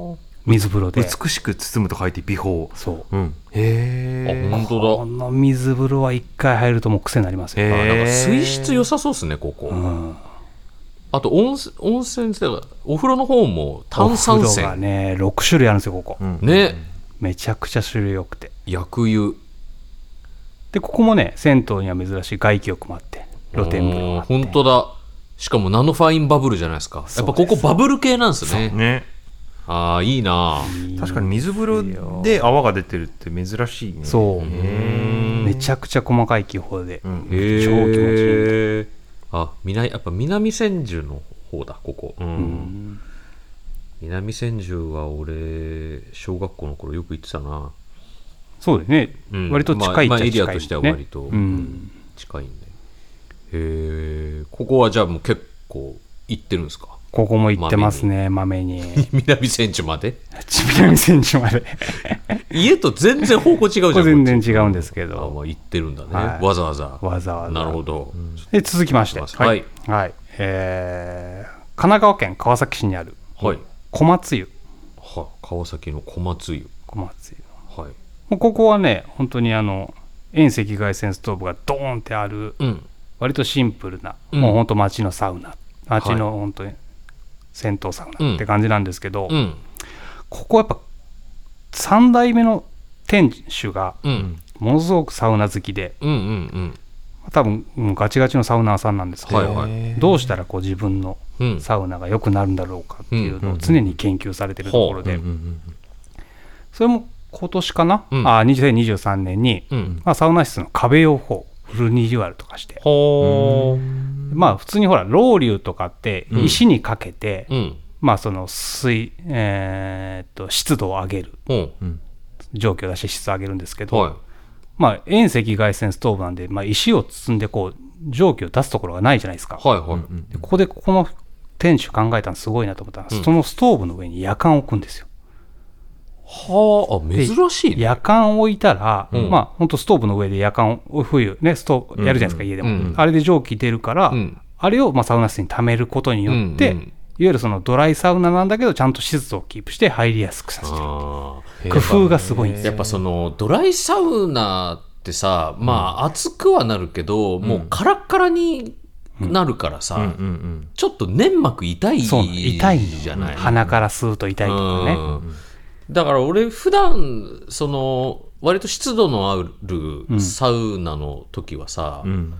[SPEAKER 3] 水風呂で、
[SPEAKER 2] 美しく包むと書いて美法。
[SPEAKER 3] そう
[SPEAKER 2] うん。へ
[SPEAKER 1] あ
[SPEAKER 2] え。
[SPEAKER 1] 本当だ
[SPEAKER 3] この水風呂は一回入るともう癖になりますよ、
[SPEAKER 1] あ。なん
[SPEAKER 2] へ
[SPEAKER 1] か
[SPEAKER 2] え
[SPEAKER 1] 水質良さそうですね、ここ。
[SPEAKER 3] うん、
[SPEAKER 1] あと温泉、温泉って、お風呂の方も炭酸
[SPEAKER 3] お風
[SPEAKER 1] 泉
[SPEAKER 3] 呂が。ね6種類あるんですよここ、
[SPEAKER 2] うん
[SPEAKER 1] ね。
[SPEAKER 3] めちゃくちゃ種類多くて
[SPEAKER 1] 薬湯。
[SPEAKER 3] でここもね銭湯には珍しい外気浴もあって露天風呂もあって
[SPEAKER 1] 本当だ。しかもナノファインバブルじゃないですか。やっぱここバブル系なんですね。
[SPEAKER 2] ね。
[SPEAKER 1] ああ、いいなあ
[SPEAKER 2] 確かに水風呂で泡が出てるって珍しいね。う。
[SPEAKER 3] そう
[SPEAKER 2] へ
[SPEAKER 3] めちゃくちゃ細かい気泡で、
[SPEAKER 2] ん
[SPEAKER 1] へ
[SPEAKER 3] 超気持ちいい
[SPEAKER 1] え。あ、南、やっぱ南千住の方だ、ここ。うん
[SPEAKER 3] うん
[SPEAKER 1] 南千住は俺、小学校の頃よく行ってたな。
[SPEAKER 3] そうですね、
[SPEAKER 1] うん
[SPEAKER 3] 割と近いっちゃ近い、ね
[SPEAKER 1] まあまあエリアとしては割と
[SPEAKER 3] うん、
[SPEAKER 1] 近いんで。へえ。ここはじゃあもう結構行ってるんですか
[SPEAKER 3] ここも行ってますねまめに (laughs)
[SPEAKER 1] 南千住まで
[SPEAKER 3] 南千住まで
[SPEAKER 1] 家と全然方向違うじゃん。
[SPEAKER 3] これ全然
[SPEAKER 1] こっち
[SPEAKER 3] 違うんですけ
[SPEAKER 1] あま
[SPEAKER 3] ど
[SPEAKER 1] あ行ってるんだね。
[SPEAKER 3] はい
[SPEAKER 1] わざわざ。
[SPEAKER 3] わざわざ
[SPEAKER 1] なるほど。
[SPEAKER 3] で続きまして
[SPEAKER 1] はい
[SPEAKER 3] はい、はいえー神奈川県川崎市にある
[SPEAKER 1] はい。
[SPEAKER 3] 小松湯
[SPEAKER 1] は川崎の小松湯。
[SPEAKER 3] 小松湯
[SPEAKER 1] はい。
[SPEAKER 3] もうここはね本当にあの遠赤外線ストーブがドーンってある
[SPEAKER 1] うん。
[SPEAKER 3] 割とシンプルな、
[SPEAKER 1] うん
[SPEAKER 3] もう本当街のサウナ街の
[SPEAKER 1] は
[SPEAKER 3] 本当に銭湯サウナって感じなんですけど、
[SPEAKER 1] うん。
[SPEAKER 3] ここはやっぱ3代目の店主が
[SPEAKER 1] うん。
[SPEAKER 3] ものすごくサウナ好きで
[SPEAKER 1] うんうん
[SPEAKER 3] 多分もうガチガチのサウナーさんなんですけど、
[SPEAKER 1] はいはい
[SPEAKER 3] どうしたらこう自分の
[SPEAKER 1] うん。うん。
[SPEAKER 3] サウナが良くなるんだろうかっていうのを常に研究されてるところで、
[SPEAKER 2] うんうん
[SPEAKER 3] それも今年かな、
[SPEAKER 1] うん
[SPEAKER 3] あ2023年に、
[SPEAKER 1] うん。
[SPEAKER 3] まあ、サウナ室の壁用法フルリニューアルとかして、
[SPEAKER 1] ほ
[SPEAKER 3] まあ普通にほらロウリュとかって石にかけて、
[SPEAKER 1] ー。うん。
[SPEAKER 3] まあその水、えーっと湿度を上げる
[SPEAKER 1] うん。
[SPEAKER 2] うん
[SPEAKER 3] 蒸気を出して湿度を上げるんですけど、
[SPEAKER 1] は
[SPEAKER 3] まあ遠赤外線ストーブなんで、まあ、石を包んでこう蒸気を出すところがないじゃないですか、
[SPEAKER 1] い。はいはい。
[SPEAKER 3] でここでここの店主考えたのすごいなと思ったのは、そのストーブの上に夜間を置くんですよ
[SPEAKER 1] はあ、
[SPEAKER 3] で
[SPEAKER 1] 珍しいね。
[SPEAKER 3] 夜間を置いたら、
[SPEAKER 1] うん
[SPEAKER 3] まあ本当ストーブの上で夜間を冬ねストーブやるじゃないですか、家でも、
[SPEAKER 1] うん
[SPEAKER 3] あれで蒸気出るから、
[SPEAKER 1] うん
[SPEAKER 3] あれをまあサウナ室に溜めることによって、
[SPEAKER 1] うんうん
[SPEAKER 3] いわゆるそのドライサウナなんだけどちゃんと湿度をキープして入りやすくさせてる
[SPEAKER 1] あー
[SPEAKER 3] 工夫がすごいんです
[SPEAKER 1] や
[SPEAKER 3] よ
[SPEAKER 1] っぱその、ドライサウナってさ、まあ、熱くはなるけど、もうカラッカラになるから
[SPEAKER 2] うん
[SPEAKER 1] さ
[SPEAKER 2] う、ん
[SPEAKER 1] ちょっと粘膜痛い
[SPEAKER 3] そうなの痛いの
[SPEAKER 1] じゃない
[SPEAKER 3] 鼻から吸うと痛いとかね、
[SPEAKER 1] うんだから俺普段その割と湿度のあるサウナの時はさ、
[SPEAKER 2] うん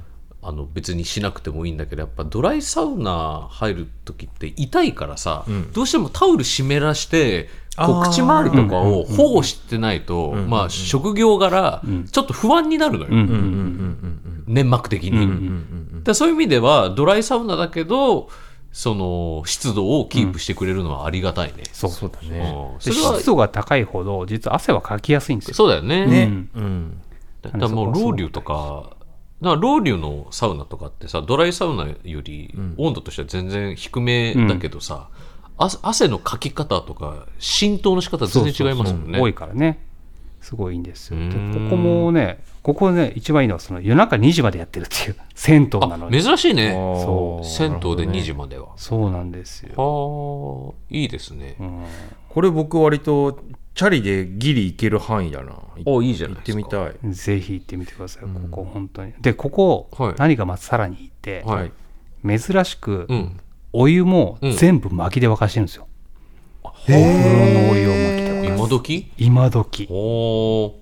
[SPEAKER 1] あの別にしなくてもいいんだけどやっぱドライサウナ入る時って痛いからさ、どうしてもタオル湿らしてこう
[SPEAKER 2] あー
[SPEAKER 1] 口周りとかを保護してないと、まあ、職業柄ちょっと不安になるのよ、
[SPEAKER 3] うんうん
[SPEAKER 2] うんうんうん
[SPEAKER 1] 粘膜的に、だからそういう意味ではドライサウナだけどその湿度をキープしてくれるのはありがたいね、
[SPEAKER 3] そう
[SPEAKER 2] そうだね。
[SPEAKER 1] うん
[SPEAKER 3] で
[SPEAKER 1] それは
[SPEAKER 3] 湿度が高いほど実は汗はかきやすいんですよ
[SPEAKER 1] そうだよね。
[SPEAKER 3] うん
[SPEAKER 2] うん。
[SPEAKER 1] だからもう、ロウリュとか、だからロウリュのサウナとかってさ、ドライサウナより温度としては全然低めだけどさ、汗汗のかき方とか、浸透の仕方全然違いますもんね。
[SPEAKER 3] 多いからねすごいんですよで
[SPEAKER 1] う
[SPEAKER 3] こ
[SPEAKER 1] ーん
[SPEAKER 3] こもねここね一番いいのはその夜中2時までやってるっていう (laughs) 銭湯なの
[SPEAKER 1] あ、
[SPEAKER 3] に
[SPEAKER 1] 珍しい
[SPEAKER 2] あ
[SPEAKER 1] ね。
[SPEAKER 2] ー
[SPEAKER 3] そう
[SPEAKER 1] 銭湯で2時までは。
[SPEAKER 3] そうなんですよ、
[SPEAKER 1] はあ、いいですね。
[SPEAKER 3] うん
[SPEAKER 2] これ僕割とチャリでギリ行ける範囲だな。
[SPEAKER 1] おいいじゃない
[SPEAKER 2] 行っ
[SPEAKER 1] で
[SPEAKER 2] て
[SPEAKER 1] すか。
[SPEAKER 2] みたい。
[SPEAKER 3] ぜひ行ってみてください、ここ本当にでここ、
[SPEAKER 1] はい
[SPEAKER 3] 何がまずさらにいいって、
[SPEAKER 1] はい。
[SPEAKER 3] 珍しく、
[SPEAKER 1] うん。
[SPEAKER 3] お湯も
[SPEAKER 1] うん
[SPEAKER 3] 全部薪で沸かしてるんですよ、お風呂のお湯を薪で沸かす
[SPEAKER 1] 今時
[SPEAKER 3] 今時
[SPEAKER 1] おー。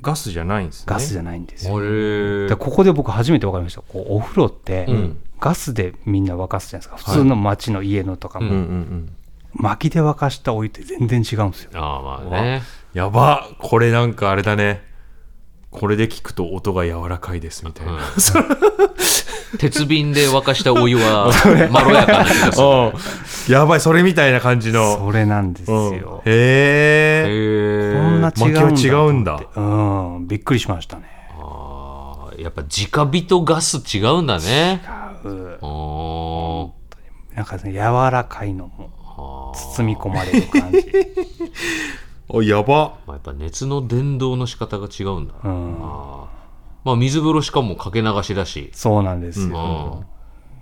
[SPEAKER 2] ガスじゃないんですね。
[SPEAKER 3] ガスじゃないんですよ。
[SPEAKER 1] れ
[SPEAKER 3] でここで僕初めて分かりました。こうお風呂って
[SPEAKER 1] うん
[SPEAKER 3] ガスでみんな沸かすじゃないですか。普通の町の家のとか
[SPEAKER 1] う
[SPEAKER 2] うんうん
[SPEAKER 3] も。
[SPEAKER 2] うん。
[SPEAKER 3] 薪で沸かしたお湯って全然違うんですよ。
[SPEAKER 1] ああ、まあね。
[SPEAKER 2] やばこれなんかあれだね。これで聞くと音が柔らかいですみたいな。
[SPEAKER 1] うん鉄瓶で沸かしたお湯は、
[SPEAKER 3] (laughs)
[SPEAKER 1] まろやかな気がする。
[SPEAKER 2] うん (laughs) やばい、それみたいな感じの。
[SPEAKER 3] それなんです
[SPEAKER 2] うん
[SPEAKER 3] よ。
[SPEAKER 2] へえ。
[SPEAKER 1] へ
[SPEAKER 3] こんな違うんだ
[SPEAKER 2] 薪は違うんだ
[SPEAKER 3] と思ってうん、びっくりしましたね。
[SPEAKER 1] あーやっぱ直火とガス違うんだね。
[SPEAKER 3] うん
[SPEAKER 1] おー
[SPEAKER 3] なんかね、柔らかいのも包み込まれる感じ。
[SPEAKER 2] あ、やば。
[SPEAKER 1] まあ、やっぱ熱の伝導の仕方が違うんだな、
[SPEAKER 3] うん、
[SPEAKER 1] あーまあ水風呂しかもかけ流しだし、
[SPEAKER 3] そうなんです
[SPEAKER 1] う
[SPEAKER 3] よ。
[SPEAKER 1] ん、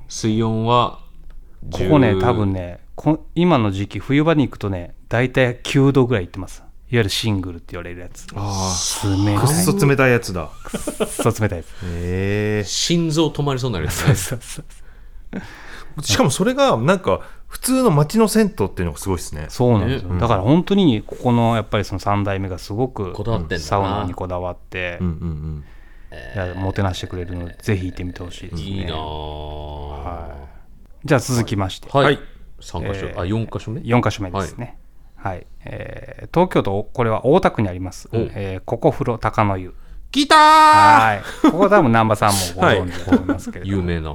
[SPEAKER 1] 水温は
[SPEAKER 3] ここね、
[SPEAKER 1] 10
[SPEAKER 3] 多分ねこ、今の時期、冬場に行くとね、大体9度ぐらい行ってます。いわゆるシングルって言われるやつ。
[SPEAKER 2] あ
[SPEAKER 3] 冷
[SPEAKER 2] あ、
[SPEAKER 3] た
[SPEAKER 2] くっ
[SPEAKER 3] い。
[SPEAKER 2] そ冷たいやつだ。
[SPEAKER 3] くっそ冷たいです。
[SPEAKER 2] へえ。
[SPEAKER 1] 心臓止まりそうになるやつね
[SPEAKER 3] (laughs) そうそう
[SPEAKER 2] しかもそれが、なんか、普通の町の銭湯っていうのがすごいですね。
[SPEAKER 3] そうなんですよ。
[SPEAKER 2] ね
[SPEAKER 3] だから本当に、ここのやっぱりその3代目がすごく
[SPEAKER 1] こだわってんだな
[SPEAKER 3] サウナにこだわって
[SPEAKER 2] うん、うん
[SPEAKER 3] いやもてなしてくれるので、ぜひ行ってみてほしいですね。
[SPEAKER 1] いいな
[SPEAKER 3] は
[SPEAKER 1] は
[SPEAKER 3] じゃあ続きまして、
[SPEAKER 1] い、は
[SPEAKER 2] はい
[SPEAKER 1] 3箇所、
[SPEAKER 3] えー
[SPEAKER 1] あ4箇所目
[SPEAKER 3] 4箇所目ですね。はいえー東京都、これは大田区にあります、
[SPEAKER 1] お
[SPEAKER 3] えーここ風呂高の湯。
[SPEAKER 1] 来た
[SPEAKER 3] はい。ここ多分南波さんもご存知だと思いますけれども、
[SPEAKER 1] (laughs) 有名な
[SPEAKER 2] うん。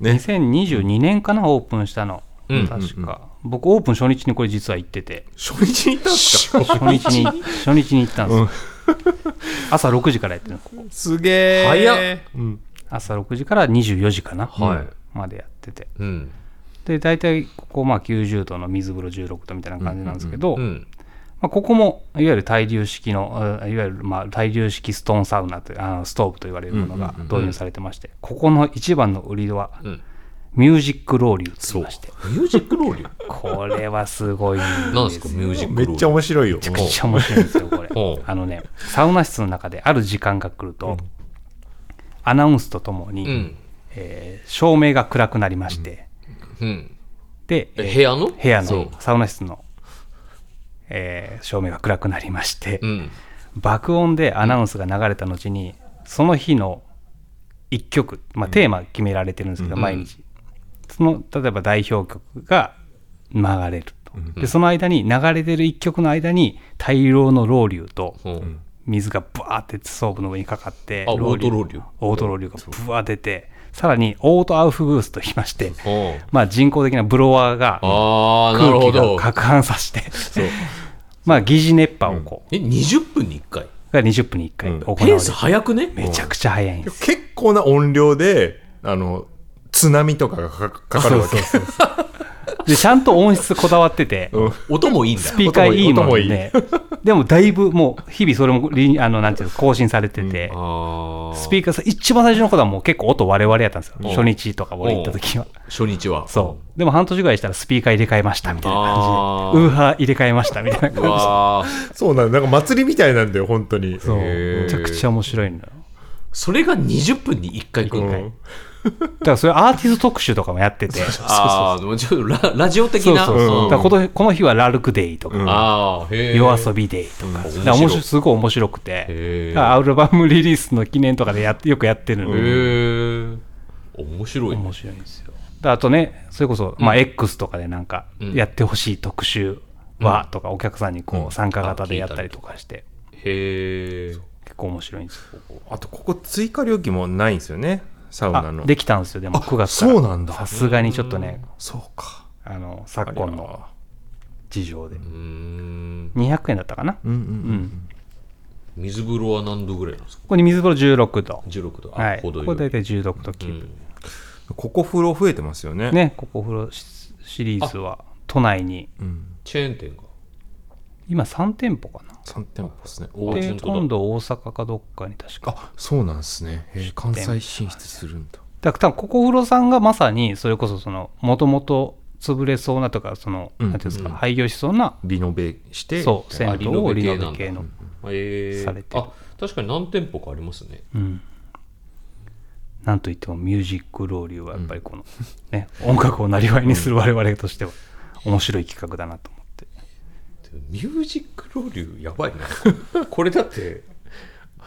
[SPEAKER 2] ね。
[SPEAKER 3] 2022年かな、オープンしたの。
[SPEAKER 1] うん
[SPEAKER 3] 確か。僕、オープン初日にこれ実は行ってて、
[SPEAKER 2] 初日に行ったんすか
[SPEAKER 3] 初日
[SPEAKER 1] (laughs)
[SPEAKER 3] に、初日に行ったんですよ。朝6時からやってるの、ここ。
[SPEAKER 2] すげえ。
[SPEAKER 1] 早っ
[SPEAKER 2] うん。
[SPEAKER 3] 朝6時から24時かな、
[SPEAKER 1] はい
[SPEAKER 3] までやってて。
[SPEAKER 1] うん
[SPEAKER 3] で、大体、ここ、まあ、90度の水風呂16度みたいな感じなんですけど、
[SPEAKER 1] うん
[SPEAKER 3] まあ、ここもいわゆる対流式の、うんいわゆるまあ対流式ストーンサウナというあのストーブと言われるものが導入されてまして、ここの一番の売りは、
[SPEAKER 1] ん
[SPEAKER 3] ミュージックロウリュウといいまして、
[SPEAKER 1] ミュージックローリュ
[SPEAKER 3] これはすごいんですよ。
[SPEAKER 1] なんですかミュージックロ
[SPEAKER 2] め
[SPEAKER 1] ーリュ
[SPEAKER 2] っちゃ面白いよ。
[SPEAKER 3] めっちゃ面白いんですよ、これ
[SPEAKER 1] ほう。
[SPEAKER 3] あのね、サウナ室の中である時間が来ると、アナウンスとともに、
[SPEAKER 1] うん
[SPEAKER 3] えー照明が暗くなりまして、
[SPEAKER 1] うん
[SPEAKER 3] で、
[SPEAKER 1] え
[SPEAKER 3] えー
[SPEAKER 1] 部屋の
[SPEAKER 3] 部屋
[SPEAKER 1] そう
[SPEAKER 3] のサウナ室の、えー照明が暗くなりまして、
[SPEAKER 1] うん
[SPEAKER 3] 爆音でアナウンスが流れた後に、その日の一曲、まあ、テーマ決められてるんですけど、毎日その例えば代表曲が流れると、でその間に流れてる一曲の間に大量のロウリュと
[SPEAKER 1] うん
[SPEAKER 3] 水がブワーってストーブの上にかかって
[SPEAKER 1] あ
[SPEAKER 3] ウ
[SPEAKER 1] オートロウリュ
[SPEAKER 3] オートロウリュがブワー出てさらにオートアウフグースと言いまして、
[SPEAKER 1] おう
[SPEAKER 3] まあ、人工的なブロワーが
[SPEAKER 1] ああなる
[SPEAKER 3] 空
[SPEAKER 1] ほ
[SPEAKER 3] 気
[SPEAKER 1] ど
[SPEAKER 3] が攪拌させて (laughs) まあ疑似熱波をこう、
[SPEAKER 1] え20分に1回
[SPEAKER 3] が20分に1回行われ
[SPEAKER 1] ペ
[SPEAKER 3] る、
[SPEAKER 1] ース早くね
[SPEAKER 3] めちゃくちゃ早いんです
[SPEAKER 2] 結構な音量で、あの、津波とかがかかかかるわけ。
[SPEAKER 3] でちゃんと音質こだわってて、
[SPEAKER 2] うん
[SPEAKER 1] 音もいいんだ
[SPEAKER 3] スピーカーいいもん
[SPEAKER 2] 音もいい
[SPEAKER 3] で、でもだいぶもう日々それもリあのなんていうの更新されてて、
[SPEAKER 1] あー
[SPEAKER 3] スピーカーさ一番最初の頃はもう結構音我々やったんですよ、
[SPEAKER 1] ん
[SPEAKER 3] 初日とか俺行った時は。
[SPEAKER 1] 初日は
[SPEAKER 3] そうでも半年ぐらいしたらスピーカー入れ替えましたみたいな感じ
[SPEAKER 1] あ
[SPEAKER 3] で
[SPEAKER 1] ー
[SPEAKER 3] ウーハー入れ替えましたみたいな
[SPEAKER 1] う
[SPEAKER 3] 感
[SPEAKER 1] わー
[SPEAKER 2] そうなんだ。なんか祭りみたいなんだよ、本当に。
[SPEAKER 3] じそう
[SPEAKER 1] へー
[SPEAKER 3] めちゃくちゃ面白いのよ
[SPEAKER 1] それが20分に1回来る
[SPEAKER 2] う
[SPEAKER 1] の
[SPEAKER 2] ん
[SPEAKER 3] だからそれアーティスト特集とかもやっててそう
[SPEAKER 1] ああもうちょっとララジオ的
[SPEAKER 3] そう
[SPEAKER 1] な
[SPEAKER 3] そううんだからこのこの日はラルクデイとか、
[SPEAKER 1] ああへえ
[SPEAKER 3] 夜遊びデイとか,、だから面白いすごい面白く
[SPEAKER 1] へ
[SPEAKER 3] て
[SPEAKER 1] ー
[SPEAKER 3] だからアルバムリリースの記念とかでやってよくやってるので
[SPEAKER 1] へえ面白いね
[SPEAKER 3] 面白いんですよであとねそれこそ、まあ、X とかでなんか
[SPEAKER 1] ん
[SPEAKER 3] やってほしい特集はとか、お客さんにこう参加型でやったりとかして、
[SPEAKER 1] へえ
[SPEAKER 3] 結構面白いんですよ
[SPEAKER 2] あと、ここ追加料金もないんですよね。サウナ
[SPEAKER 3] あ
[SPEAKER 2] の。
[SPEAKER 3] できたんですよでも9月から
[SPEAKER 2] そうなんだ
[SPEAKER 3] さすがにちょっとね
[SPEAKER 2] そうか。
[SPEAKER 3] あの昨今の事情で
[SPEAKER 1] うーん
[SPEAKER 3] 200円だったかな、
[SPEAKER 2] うんうん。
[SPEAKER 3] うん
[SPEAKER 1] 水風呂は何度ぐらいなんですか
[SPEAKER 3] ここに水風呂16度
[SPEAKER 1] 16度
[SPEAKER 3] はい、こ
[SPEAKER 1] 程
[SPEAKER 3] こ
[SPEAKER 1] よ
[SPEAKER 3] 大
[SPEAKER 1] い
[SPEAKER 3] 体16度気
[SPEAKER 1] う
[SPEAKER 3] 分、
[SPEAKER 1] ん
[SPEAKER 2] ここ風呂増えてますよね。。
[SPEAKER 3] ねここお風呂シシリーズは都内に
[SPEAKER 2] うん。
[SPEAKER 1] チェーン店が
[SPEAKER 3] 今3店舗かな
[SPEAKER 2] 3店舗ですね。
[SPEAKER 1] あ
[SPEAKER 3] で
[SPEAKER 1] 本当だ
[SPEAKER 3] 今度大阪かどっかに確か
[SPEAKER 2] あ、そうなんですね。へー関西進出するんだ。
[SPEAKER 3] だから多分ここふろさんがまさにそれこそそのもともと潰れそうなとかその、
[SPEAKER 2] うん
[SPEAKER 3] なんていうんですか
[SPEAKER 1] うん
[SPEAKER 3] 廃業しそうな
[SPEAKER 2] リノベして。
[SPEAKER 3] そう
[SPEAKER 1] あ
[SPEAKER 3] 銭湯をリ
[SPEAKER 1] リノ
[SPEAKER 3] ノ
[SPEAKER 1] ベ系なんだ
[SPEAKER 3] ベ系の、
[SPEAKER 1] へえ
[SPEAKER 3] されてる
[SPEAKER 1] あ確かに何店舗かありますね
[SPEAKER 3] うん、なんといってもミュージックローリューはやっぱりこの、ね、音楽をなりわいにする我々としては面白い企画だなと思って
[SPEAKER 1] (laughs) ミュージックロウリュやばいなこれだって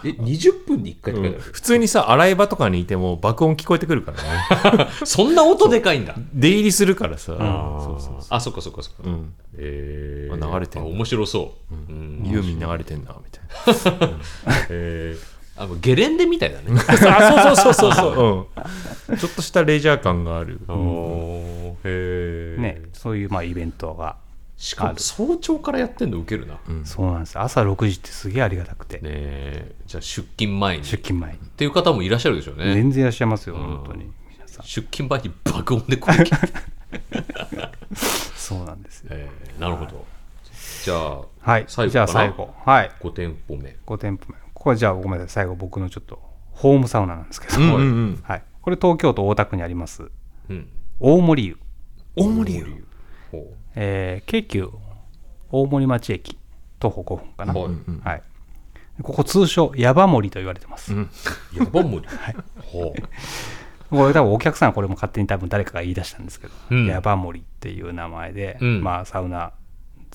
[SPEAKER 4] え、20分に1回と
[SPEAKER 2] う
[SPEAKER 4] か
[SPEAKER 2] ん普通にさ洗い場とかにいても爆音聞こえてくるからね
[SPEAKER 1] (laughs)
[SPEAKER 3] (laughs)
[SPEAKER 1] そんな音でかいんだ。
[SPEAKER 2] 出入りするからさ、そうそう
[SPEAKER 1] あ、そっかそっかそっか。
[SPEAKER 2] うん、
[SPEAKER 1] え
[SPEAKER 2] あ流れてん
[SPEAKER 1] あ
[SPEAKER 2] だ
[SPEAKER 1] 面白そう。うん
[SPEAKER 2] ユーミン流れてんなみたいな
[SPEAKER 1] えーあもうゲレンデみたいだ (laughs) ね。
[SPEAKER 3] (laughs)
[SPEAKER 2] あそうそうそうそう (laughs) そう、うん、ちょっとしたレジャー感がある、
[SPEAKER 1] おーへー
[SPEAKER 3] ね、そういうまあイベントが、
[SPEAKER 1] しかも早朝からやってんのウケるな。ね
[SPEAKER 3] そうなんです朝6時ってすげえありがたくて、
[SPEAKER 1] えじゃあ出勤前に。
[SPEAKER 3] 出
[SPEAKER 1] っ
[SPEAKER 3] 勤前に、
[SPEAKER 1] ていう方もいらっしゃるでしょうね。
[SPEAKER 3] 全然いらっしゃいますよ、本当に
[SPEAKER 1] (laughs)
[SPEAKER 3] 皆さん
[SPEAKER 1] 出勤前に爆音で声聞いて。
[SPEAKER 3] そうなんですよ
[SPEAKER 1] えーなるほど。じゃあ、
[SPEAKER 3] はい
[SPEAKER 1] 最後
[SPEAKER 3] じゃあ
[SPEAKER 1] かな
[SPEAKER 3] 最後はい
[SPEAKER 1] 5店舗目。
[SPEAKER 3] 5店舗目ここはじゃあごめんなさい最後僕のちょっとホームサウナなんですけど、
[SPEAKER 2] うんうんうん
[SPEAKER 3] はい、これ東京都大田区にあります
[SPEAKER 1] うん。
[SPEAKER 3] 大森湯、
[SPEAKER 2] 大森湯
[SPEAKER 1] ほ
[SPEAKER 3] えー京急大森町駅徒歩5分かな、
[SPEAKER 1] うはい。
[SPEAKER 3] はい、ここ通称ヤバ森と言われてます、
[SPEAKER 1] ヤバ森。ほう。
[SPEAKER 3] これ多分お客さんはこれも勝手に多分誰かが言い出したんですけど、
[SPEAKER 1] うん
[SPEAKER 3] ヤバ森っていう名前で、
[SPEAKER 1] うん
[SPEAKER 3] まあサウナ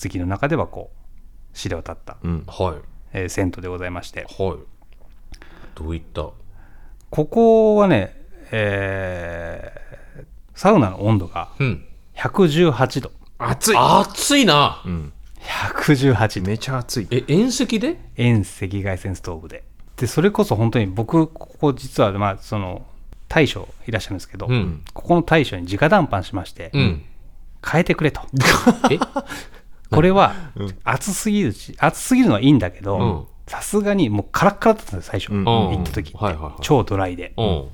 [SPEAKER 3] 好きの中ではこう知れ渡った、
[SPEAKER 2] うん、
[SPEAKER 1] はい。
[SPEAKER 3] えー銭湯でございまして
[SPEAKER 1] はい。どういった
[SPEAKER 3] ここはね、えーサウナの温度が
[SPEAKER 1] うん。
[SPEAKER 3] 118度
[SPEAKER 2] 暑い、
[SPEAKER 1] 暑いな、
[SPEAKER 2] うん、
[SPEAKER 3] 118度
[SPEAKER 2] めちゃ暑い
[SPEAKER 1] え、遠赤で
[SPEAKER 3] 遠赤外線ストーブででそれこそ本当に僕ここ実はまあその大将いらっしゃるんですけど、
[SPEAKER 1] うん。
[SPEAKER 3] ここの大将に直談判しまして、
[SPEAKER 1] うん。
[SPEAKER 3] 変えてくれと
[SPEAKER 1] (laughs) え
[SPEAKER 3] これは暑すぎるし暑すぎるのはいいんだけ
[SPEAKER 1] うん
[SPEAKER 3] どさすがにもうカラッカラだったんですよ最初、
[SPEAKER 2] うん
[SPEAKER 3] 行った時って、
[SPEAKER 1] はいはいはい
[SPEAKER 3] 超ドライで、
[SPEAKER 1] うん。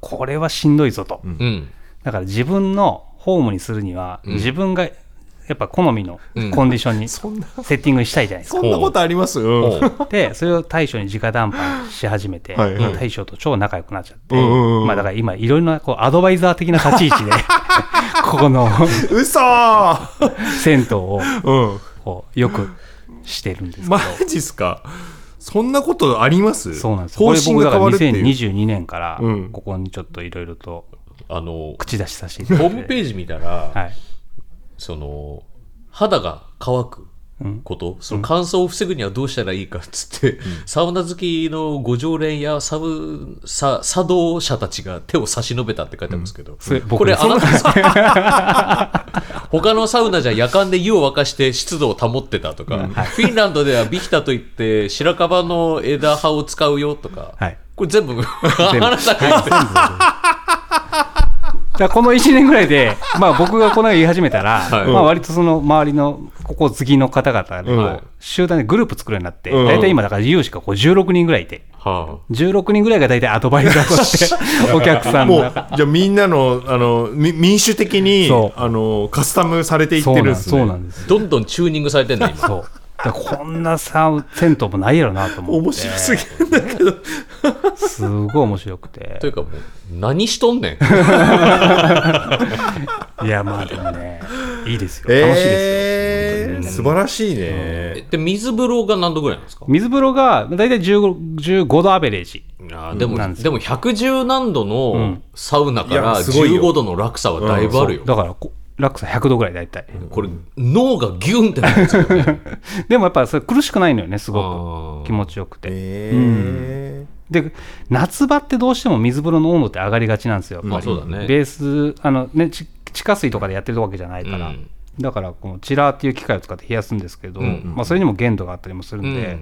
[SPEAKER 3] これはしんどいぞと、
[SPEAKER 1] うん。
[SPEAKER 3] だから自分のホームにするには、自分がやっぱ好みの
[SPEAKER 1] うん
[SPEAKER 3] コンディションにセ
[SPEAKER 2] そんな
[SPEAKER 3] ッティングしたいじゃないですか、
[SPEAKER 2] そんな (laughs) ことありますうん
[SPEAKER 1] ほう。
[SPEAKER 3] でそれを大将に直談判し始めて、
[SPEAKER 2] はいはい
[SPEAKER 3] 大将と超仲良くなっちゃって、
[SPEAKER 2] うんうんうん
[SPEAKER 3] まあ、だから今いろいろなこうアドバイザー的な立ち位置で (laughs) ここの
[SPEAKER 2] 嘘
[SPEAKER 3] 銭湯を
[SPEAKER 2] うん
[SPEAKER 3] こうよくしてるんですけど
[SPEAKER 2] マジっすかそんなことあります
[SPEAKER 3] そうなんです
[SPEAKER 2] 方針が変わるって
[SPEAKER 3] これ
[SPEAKER 2] いう
[SPEAKER 3] 僕だから2022年から
[SPEAKER 2] うん
[SPEAKER 3] ここにちょっといろいろと
[SPEAKER 1] あの、
[SPEAKER 3] 口出しさせていただ
[SPEAKER 1] ホ
[SPEAKER 3] い
[SPEAKER 1] ー
[SPEAKER 3] て
[SPEAKER 1] ムページ見たら、
[SPEAKER 3] はい、
[SPEAKER 1] その、肌が乾くこと、その乾燥を防ぐにはどうしたらいいかっつって、サウナ好きのご常連やサウ、サ、茶道者たちが手を差し伸べたって書いてあるんですけど、
[SPEAKER 3] それ僕
[SPEAKER 1] これ
[SPEAKER 3] で
[SPEAKER 1] あなた (laughs) ですか他のサウナじゃ夜間で湯を沸かして湿度を保ってたとか、フィンランドではビヒタといって白樺の枝葉を使うよとか、
[SPEAKER 3] はい
[SPEAKER 1] これ全部、 (laughs) あなたが言ってる
[SPEAKER 3] だからこの1年ぐらいで、まあ、僕がこのよう言い始めたら、
[SPEAKER 1] はい
[SPEAKER 3] まあ、割とその周りのここ好きの方々でこう
[SPEAKER 1] はい
[SPEAKER 3] 集団でグループ作るようになって、
[SPEAKER 2] うん
[SPEAKER 3] 大体今だから有志がこう16人ぐらいいて
[SPEAKER 1] は
[SPEAKER 3] 16人ぐらいが大体アドバイザー
[SPEAKER 2] (laughs)
[SPEAKER 3] としてお客さん
[SPEAKER 2] も
[SPEAKER 3] の
[SPEAKER 2] うじゃあみんなのあのみ民主的に
[SPEAKER 3] そう
[SPEAKER 2] あのカスタムされていっ
[SPEAKER 3] そう
[SPEAKER 2] て
[SPEAKER 3] なん
[SPEAKER 2] るんですね
[SPEAKER 3] そうなんです
[SPEAKER 1] あ、どんどんチューニングされてんだ、 (laughs) 今。
[SPEAKER 3] そうだからこんなさ銭湯もないやろなと思って
[SPEAKER 2] 面白すぎるんだけど、
[SPEAKER 3] すごい面白くて
[SPEAKER 1] というかもう、何しとんねん。
[SPEAKER 3] いやまあでもねいいですよ楽しいです
[SPEAKER 2] え
[SPEAKER 3] よ、
[SPEAKER 2] ー、素晴らしいね、
[SPEAKER 1] で、水風呂が何度ぐらいなんですか
[SPEAKER 3] 水風呂が大体15 15度アベレージ
[SPEAKER 1] あーでも、
[SPEAKER 3] なんです
[SPEAKER 1] でも110何度のサウナか
[SPEAKER 2] い
[SPEAKER 1] ら
[SPEAKER 2] やすごいよ
[SPEAKER 1] 15度の落差はだいぶあるよ。
[SPEAKER 3] だからこ落差100度ぐらい大体
[SPEAKER 1] これ、脳がギュンってなるんですよね。
[SPEAKER 3] (laughs) でもやっぱそれ苦しくないのよねす
[SPEAKER 1] あ
[SPEAKER 3] ご
[SPEAKER 1] ー
[SPEAKER 3] く気持ちよくて
[SPEAKER 2] え
[SPEAKER 3] で夏場ってどうしても水風呂の温度って上がりがちなんですよやっぱり
[SPEAKER 1] まあそうだね
[SPEAKER 3] ベースあの、ね、ち地下水とかでやってるわけじゃないから、
[SPEAKER 1] うん
[SPEAKER 3] だからこのチラーっていう機械を使って冷やすんですけど、まあ、それにも限度があったりもするんで、
[SPEAKER 1] うん
[SPEAKER 3] や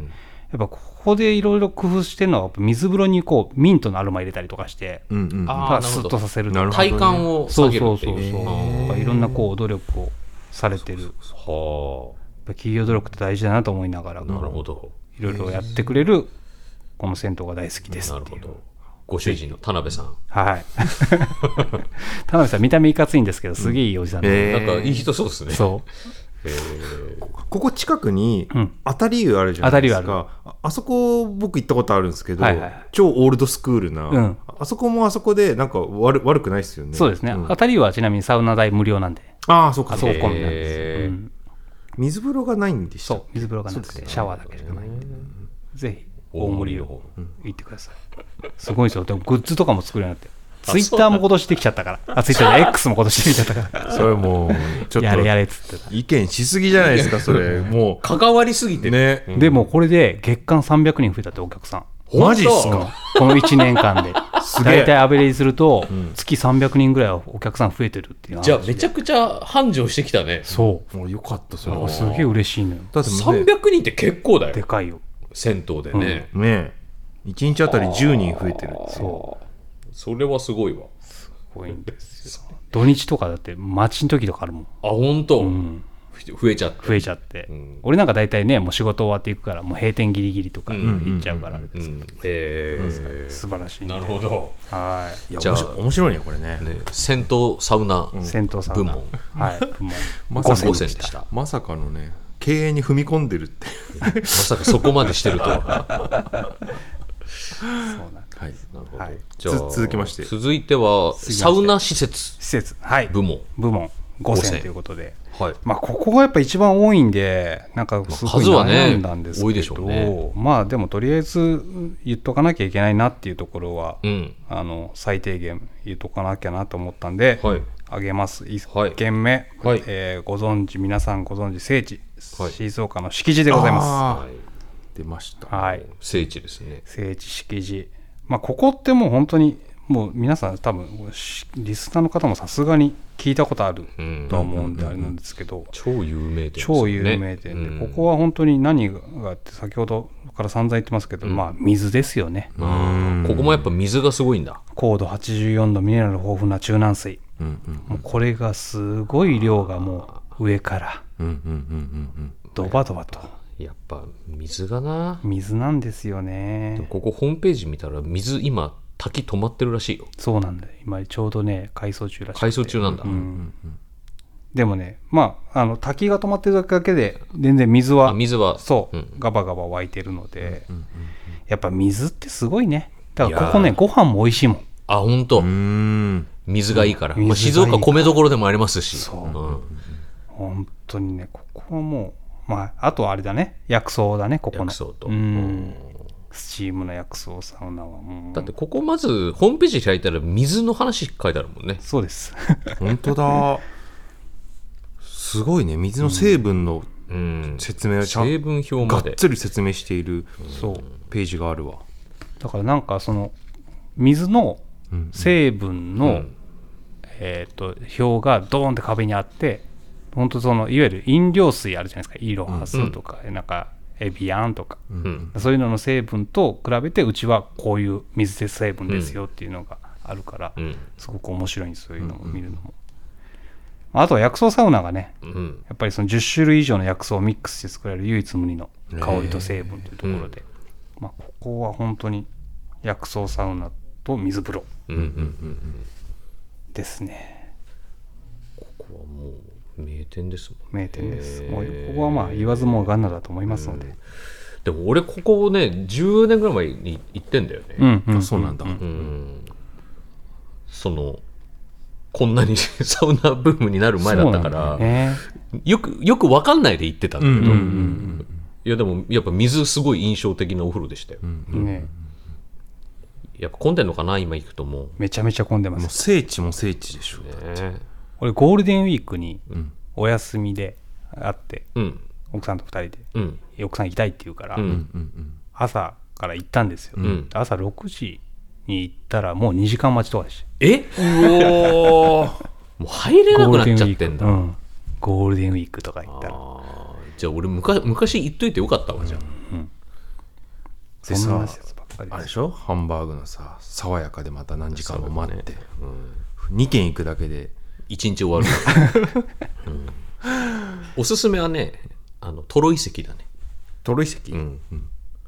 [SPEAKER 3] っぱここでいろいろ工夫してるのはやっぱ水風呂にこうミントのアロマ入れたりとかして、
[SPEAKER 2] ーうんうん、
[SPEAKER 1] あー
[SPEAKER 3] ただ
[SPEAKER 1] なる
[SPEAKER 3] ス
[SPEAKER 1] ほど
[SPEAKER 3] ッとさせると
[SPEAKER 2] なる
[SPEAKER 3] か
[SPEAKER 2] ほど
[SPEAKER 1] 体感を下
[SPEAKER 3] そう
[SPEAKER 1] げる
[SPEAKER 3] そう
[SPEAKER 1] って
[SPEAKER 3] そうそう
[SPEAKER 1] いう。
[SPEAKER 3] なんかいろんなこう努力をされてるやっ
[SPEAKER 1] は
[SPEAKER 3] ぱ企業努力って大事だなと思いながら
[SPEAKER 1] あ、なるほど。
[SPEAKER 3] いろいろやってくれるこの銭湯が大好きです
[SPEAKER 1] な
[SPEAKER 3] っ
[SPEAKER 1] る
[SPEAKER 3] て
[SPEAKER 1] ほ
[SPEAKER 3] いう。
[SPEAKER 1] ど。ご主人の田辺さん。
[SPEAKER 3] はい (laughs) 田辺さん見た目いかついんですけどすげえいいおじさんで、
[SPEAKER 2] えー
[SPEAKER 1] なんかいい人そうですね。
[SPEAKER 3] そ
[SPEAKER 2] ここ近くに
[SPEAKER 3] うん
[SPEAKER 2] 当たり湯あるじゃないです
[SPEAKER 3] 当たり湯あ
[SPEAKER 2] か、ああそこ僕行ったことあるんですけど、
[SPEAKER 3] はいはいはい
[SPEAKER 2] 超オールドスクールな、
[SPEAKER 3] うん
[SPEAKER 2] あそこもあそこでなんか悪悪くないですよ
[SPEAKER 3] う
[SPEAKER 2] ね
[SPEAKER 3] そうですね、
[SPEAKER 2] ん
[SPEAKER 3] 当たりはちなみにサウナ代無料なんで
[SPEAKER 2] ああそうか
[SPEAKER 3] あそ
[SPEAKER 2] そううか
[SPEAKER 3] こ込みなんですよ、
[SPEAKER 1] へー
[SPEAKER 3] うん
[SPEAKER 2] 水風呂がないんでした
[SPEAKER 3] そう水風呂がなくてシャワーだけしかないんでぜひ大森
[SPEAKER 1] 大
[SPEAKER 3] を
[SPEAKER 1] 森
[SPEAKER 3] 行ってください、すごいですよでもグッズとかも作るようになってツイッターも今年できちゃったからあツイッターで X も今年できちゃったから
[SPEAKER 2] それもうちょっと
[SPEAKER 3] やれやれっつってた
[SPEAKER 2] 意見しすぎじゃない
[SPEAKER 3] (laughs)
[SPEAKER 2] ですかそれも
[SPEAKER 1] 関わりすぎて
[SPEAKER 2] う
[SPEAKER 1] る。
[SPEAKER 2] ね
[SPEAKER 3] でもこれで月間300人増えたってお客さん
[SPEAKER 2] 当マジっす
[SPEAKER 3] うん
[SPEAKER 2] か
[SPEAKER 3] この1年
[SPEAKER 1] (laughs)
[SPEAKER 3] 間で
[SPEAKER 2] すげえ
[SPEAKER 3] 大体アベレージすると月300人ぐらいはお客さん増えてるっていう話
[SPEAKER 1] じゃあめちゃくちゃ繁盛してきたね。
[SPEAKER 3] そ
[SPEAKER 2] もうよかったそうれ
[SPEAKER 3] あ
[SPEAKER 2] は
[SPEAKER 3] すげえ嬉しいのよ
[SPEAKER 2] だってもうね
[SPEAKER 1] 300人って結構だ
[SPEAKER 3] で
[SPEAKER 1] よ。
[SPEAKER 3] かいよ
[SPEAKER 1] 銭湯でね。
[SPEAKER 2] ねえ1日あたり10人増えてるっていう
[SPEAKER 1] そう。それはすごいわ。
[SPEAKER 3] 多いんですよ土日とかだって待ちの時とかあるもん
[SPEAKER 1] あ、本当、
[SPEAKER 3] ん
[SPEAKER 1] ふ増えちゃって。
[SPEAKER 3] 増えちゃって、
[SPEAKER 1] ん
[SPEAKER 3] 俺なんか大体ねもう仕事終わっていくからもう閉店ギリギリとか行っちゃうから、
[SPEAKER 1] うん、えー
[SPEAKER 3] 素晴らしいんで
[SPEAKER 1] なるほど。
[SPEAKER 3] はい
[SPEAKER 2] や
[SPEAKER 1] じゃあ
[SPEAKER 2] 面白面白いねこれね
[SPEAKER 1] ね、銭湯サウナ
[SPEAKER 3] い銭湯さん
[SPEAKER 1] 部門。
[SPEAKER 3] はい部
[SPEAKER 1] (laughs)
[SPEAKER 3] 門
[SPEAKER 2] まさか
[SPEAKER 1] 5000でした。
[SPEAKER 2] まさかのね経営に踏み込んでるっていう
[SPEAKER 1] まさかそこまでしてるとは。
[SPEAKER 3] (laughs) そうなんです
[SPEAKER 2] はい
[SPEAKER 1] なるほど
[SPEAKER 3] はい
[SPEAKER 1] じゃあ
[SPEAKER 2] つ続きまして
[SPEAKER 1] 続いては、
[SPEAKER 3] きまして
[SPEAKER 1] サウナ施設
[SPEAKER 3] 施設はい
[SPEAKER 1] 部門。
[SPEAKER 3] 部門
[SPEAKER 1] 5000
[SPEAKER 3] 5000ということで
[SPEAKER 1] はい。
[SPEAKER 3] まあここがやっぱ一番多いんでなんかすごい
[SPEAKER 1] まあ数はね
[SPEAKER 3] 悩んだんです
[SPEAKER 1] 多いで
[SPEAKER 3] け
[SPEAKER 1] しょ
[SPEAKER 3] ど、
[SPEAKER 1] うね
[SPEAKER 3] まあでもとりあえず言っとかなきゃいけないなっていうところは、
[SPEAKER 1] うん。
[SPEAKER 3] あの最低限言っとかなきゃなと思ったんで、
[SPEAKER 1] はい
[SPEAKER 3] あげます
[SPEAKER 1] はい
[SPEAKER 3] 1件目、
[SPEAKER 1] はい
[SPEAKER 3] えーご存知皆さんご存知聖地、
[SPEAKER 1] はい
[SPEAKER 3] 静岡の敷地でございま
[SPEAKER 2] あー
[SPEAKER 1] はい
[SPEAKER 2] 出ました
[SPEAKER 3] すはい
[SPEAKER 1] 聖地ですね。
[SPEAKER 3] 聖地敷地まあここってもう本当にもう皆さん多分しリスナーの方もさすがに聞いたことある
[SPEAKER 1] うん
[SPEAKER 3] とは思うんであれなんですけど、
[SPEAKER 1] 超有名店ですよね。
[SPEAKER 3] 超有名店で、
[SPEAKER 1] うん
[SPEAKER 3] ここは本当に何があって先ほどから散々言ってますけど、まあ水ですよね
[SPEAKER 1] うんここもやっぱ水がすごいんだ。
[SPEAKER 3] 高度84度ミネラル豊富な中南水
[SPEAKER 2] うんうん
[SPEAKER 3] もうこれがすごい量がもう上から
[SPEAKER 2] うんうんうんうん
[SPEAKER 3] ドバドバと
[SPEAKER 1] やっぱ水がな。
[SPEAKER 3] 水なんですよ
[SPEAKER 1] でも
[SPEAKER 3] ね
[SPEAKER 1] ここホームページ見たら水今滝止まってるらしいよ。
[SPEAKER 3] そうなんだよ今ちょうどね改装中らしい
[SPEAKER 1] 改装中なんだ。
[SPEAKER 3] でもねまああの滝が止まってるだけで全然水は
[SPEAKER 1] あ水は
[SPEAKER 3] そう、
[SPEAKER 1] ん
[SPEAKER 3] ガバガバ湧いてるので、やっぱ水ってすごいねだからここねご飯も美味しいもん
[SPEAKER 1] あ本当、
[SPEAKER 2] うんうん
[SPEAKER 1] 水がいいから、
[SPEAKER 3] 水
[SPEAKER 1] ま
[SPEAKER 3] が
[SPEAKER 1] あ、
[SPEAKER 3] いい
[SPEAKER 1] 静
[SPEAKER 3] から
[SPEAKER 1] 岡米どころでもありますし
[SPEAKER 3] そうん本当にねここはもうまああとはあれだね薬草だねここの
[SPEAKER 1] 薬草と
[SPEAKER 3] うんスチームの薬草サウナはもう
[SPEAKER 1] だってここまずホームページ開いたら水の話書いてあるもんね
[SPEAKER 3] そうです (laughs)
[SPEAKER 2] 本当だすごいね水の成分の
[SPEAKER 1] うん
[SPEAKER 2] 説明をちゃん
[SPEAKER 1] 成分表
[SPEAKER 2] が
[SPEAKER 1] ま
[SPEAKER 2] っ
[SPEAKER 1] で
[SPEAKER 2] つり説明している
[SPEAKER 3] そう
[SPEAKER 2] ページがあるわ
[SPEAKER 3] だからなんかその水の成分の、
[SPEAKER 1] うん
[SPEAKER 3] えー、と表がドーンって壁にあって本当そのいわゆる飲料水あるじゃないですかイロハスとか、なんかエビアンとか、
[SPEAKER 1] ん
[SPEAKER 3] そういうのの成分と比べてうちはこういう水で成分ですよっていうのがあるから、
[SPEAKER 1] うん
[SPEAKER 3] すごく面白いんですそういうのも見るのも、あとは薬草サウナがね
[SPEAKER 1] うん
[SPEAKER 3] やっぱりその10種類以上の薬草をミックスして作られる唯一無二の香りと成分というところで、まあ、ここは本当に薬草サウナと水風呂
[SPEAKER 1] うんうん
[SPEAKER 3] ですね
[SPEAKER 1] ここはもう名店ですもん
[SPEAKER 3] 名店ですもうここはまあ言わずもがなだと思いますので、
[SPEAKER 1] でも俺ここをね10年ぐらい前に行ってんだよね、
[SPEAKER 3] うんうん
[SPEAKER 2] あそうなんだ
[SPEAKER 1] うんそのこんなに (laughs) サウナブームになる前だったか
[SPEAKER 3] そ
[SPEAKER 1] ら
[SPEAKER 3] うなんだよね
[SPEAKER 1] よくよく分かんないで行ってたんだけど、
[SPEAKER 2] うんうんうんう
[SPEAKER 1] いやでもやっぱ水すごい印象的なお風呂でしたよ、
[SPEAKER 3] ね
[SPEAKER 1] やっぱ混んでんのかな今行くともう、
[SPEAKER 3] めちゃめちゃ混んでま
[SPEAKER 2] もう
[SPEAKER 3] す
[SPEAKER 2] 聖地も聖地でしょ
[SPEAKER 1] ね
[SPEAKER 3] 俺ゴールデンウィークにお休みで会って
[SPEAKER 1] うん
[SPEAKER 3] 奥さんと二人
[SPEAKER 1] うん
[SPEAKER 3] で奥さん行きたいって言うから、
[SPEAKER 1] うん
[SPEAKER 2] うん
[SPEAKER 3] 朝から行ったんですよ、
[SPEAKER 1] ん
[SPEAKER 3] 朝6時に行ったらもう2時間待ちとかでし
[SPEAKER 1] えうおーもう入れな
[SPEAKER 3] た
[SPEAKER 1] くなっちゃってんだ、
[SPEAKER 3] ゴールデンウィークうんゴールデンウィークとか行ったら
[SPEAKER 1] あーじゃあ俺昔昔行っといてよかったわじゃあ、
[SPEAKER 3] そんな施設ばっかり
[SPEAKER 2] あれ
[SPEAKER 3] で
[SPEAKER 2] ですしょハンバーグのさ爽やかでまた何時間も待って
[SPEAKER 1] うん、
[SPEAKER 2] 2軒行くだけで
[SPEAKER 1] 一日終わる (laughs) わうんおすすめはねあのトロ遺跡だね
[SPEAKER 2] トロ遺跡
[SPEAKER 1] ん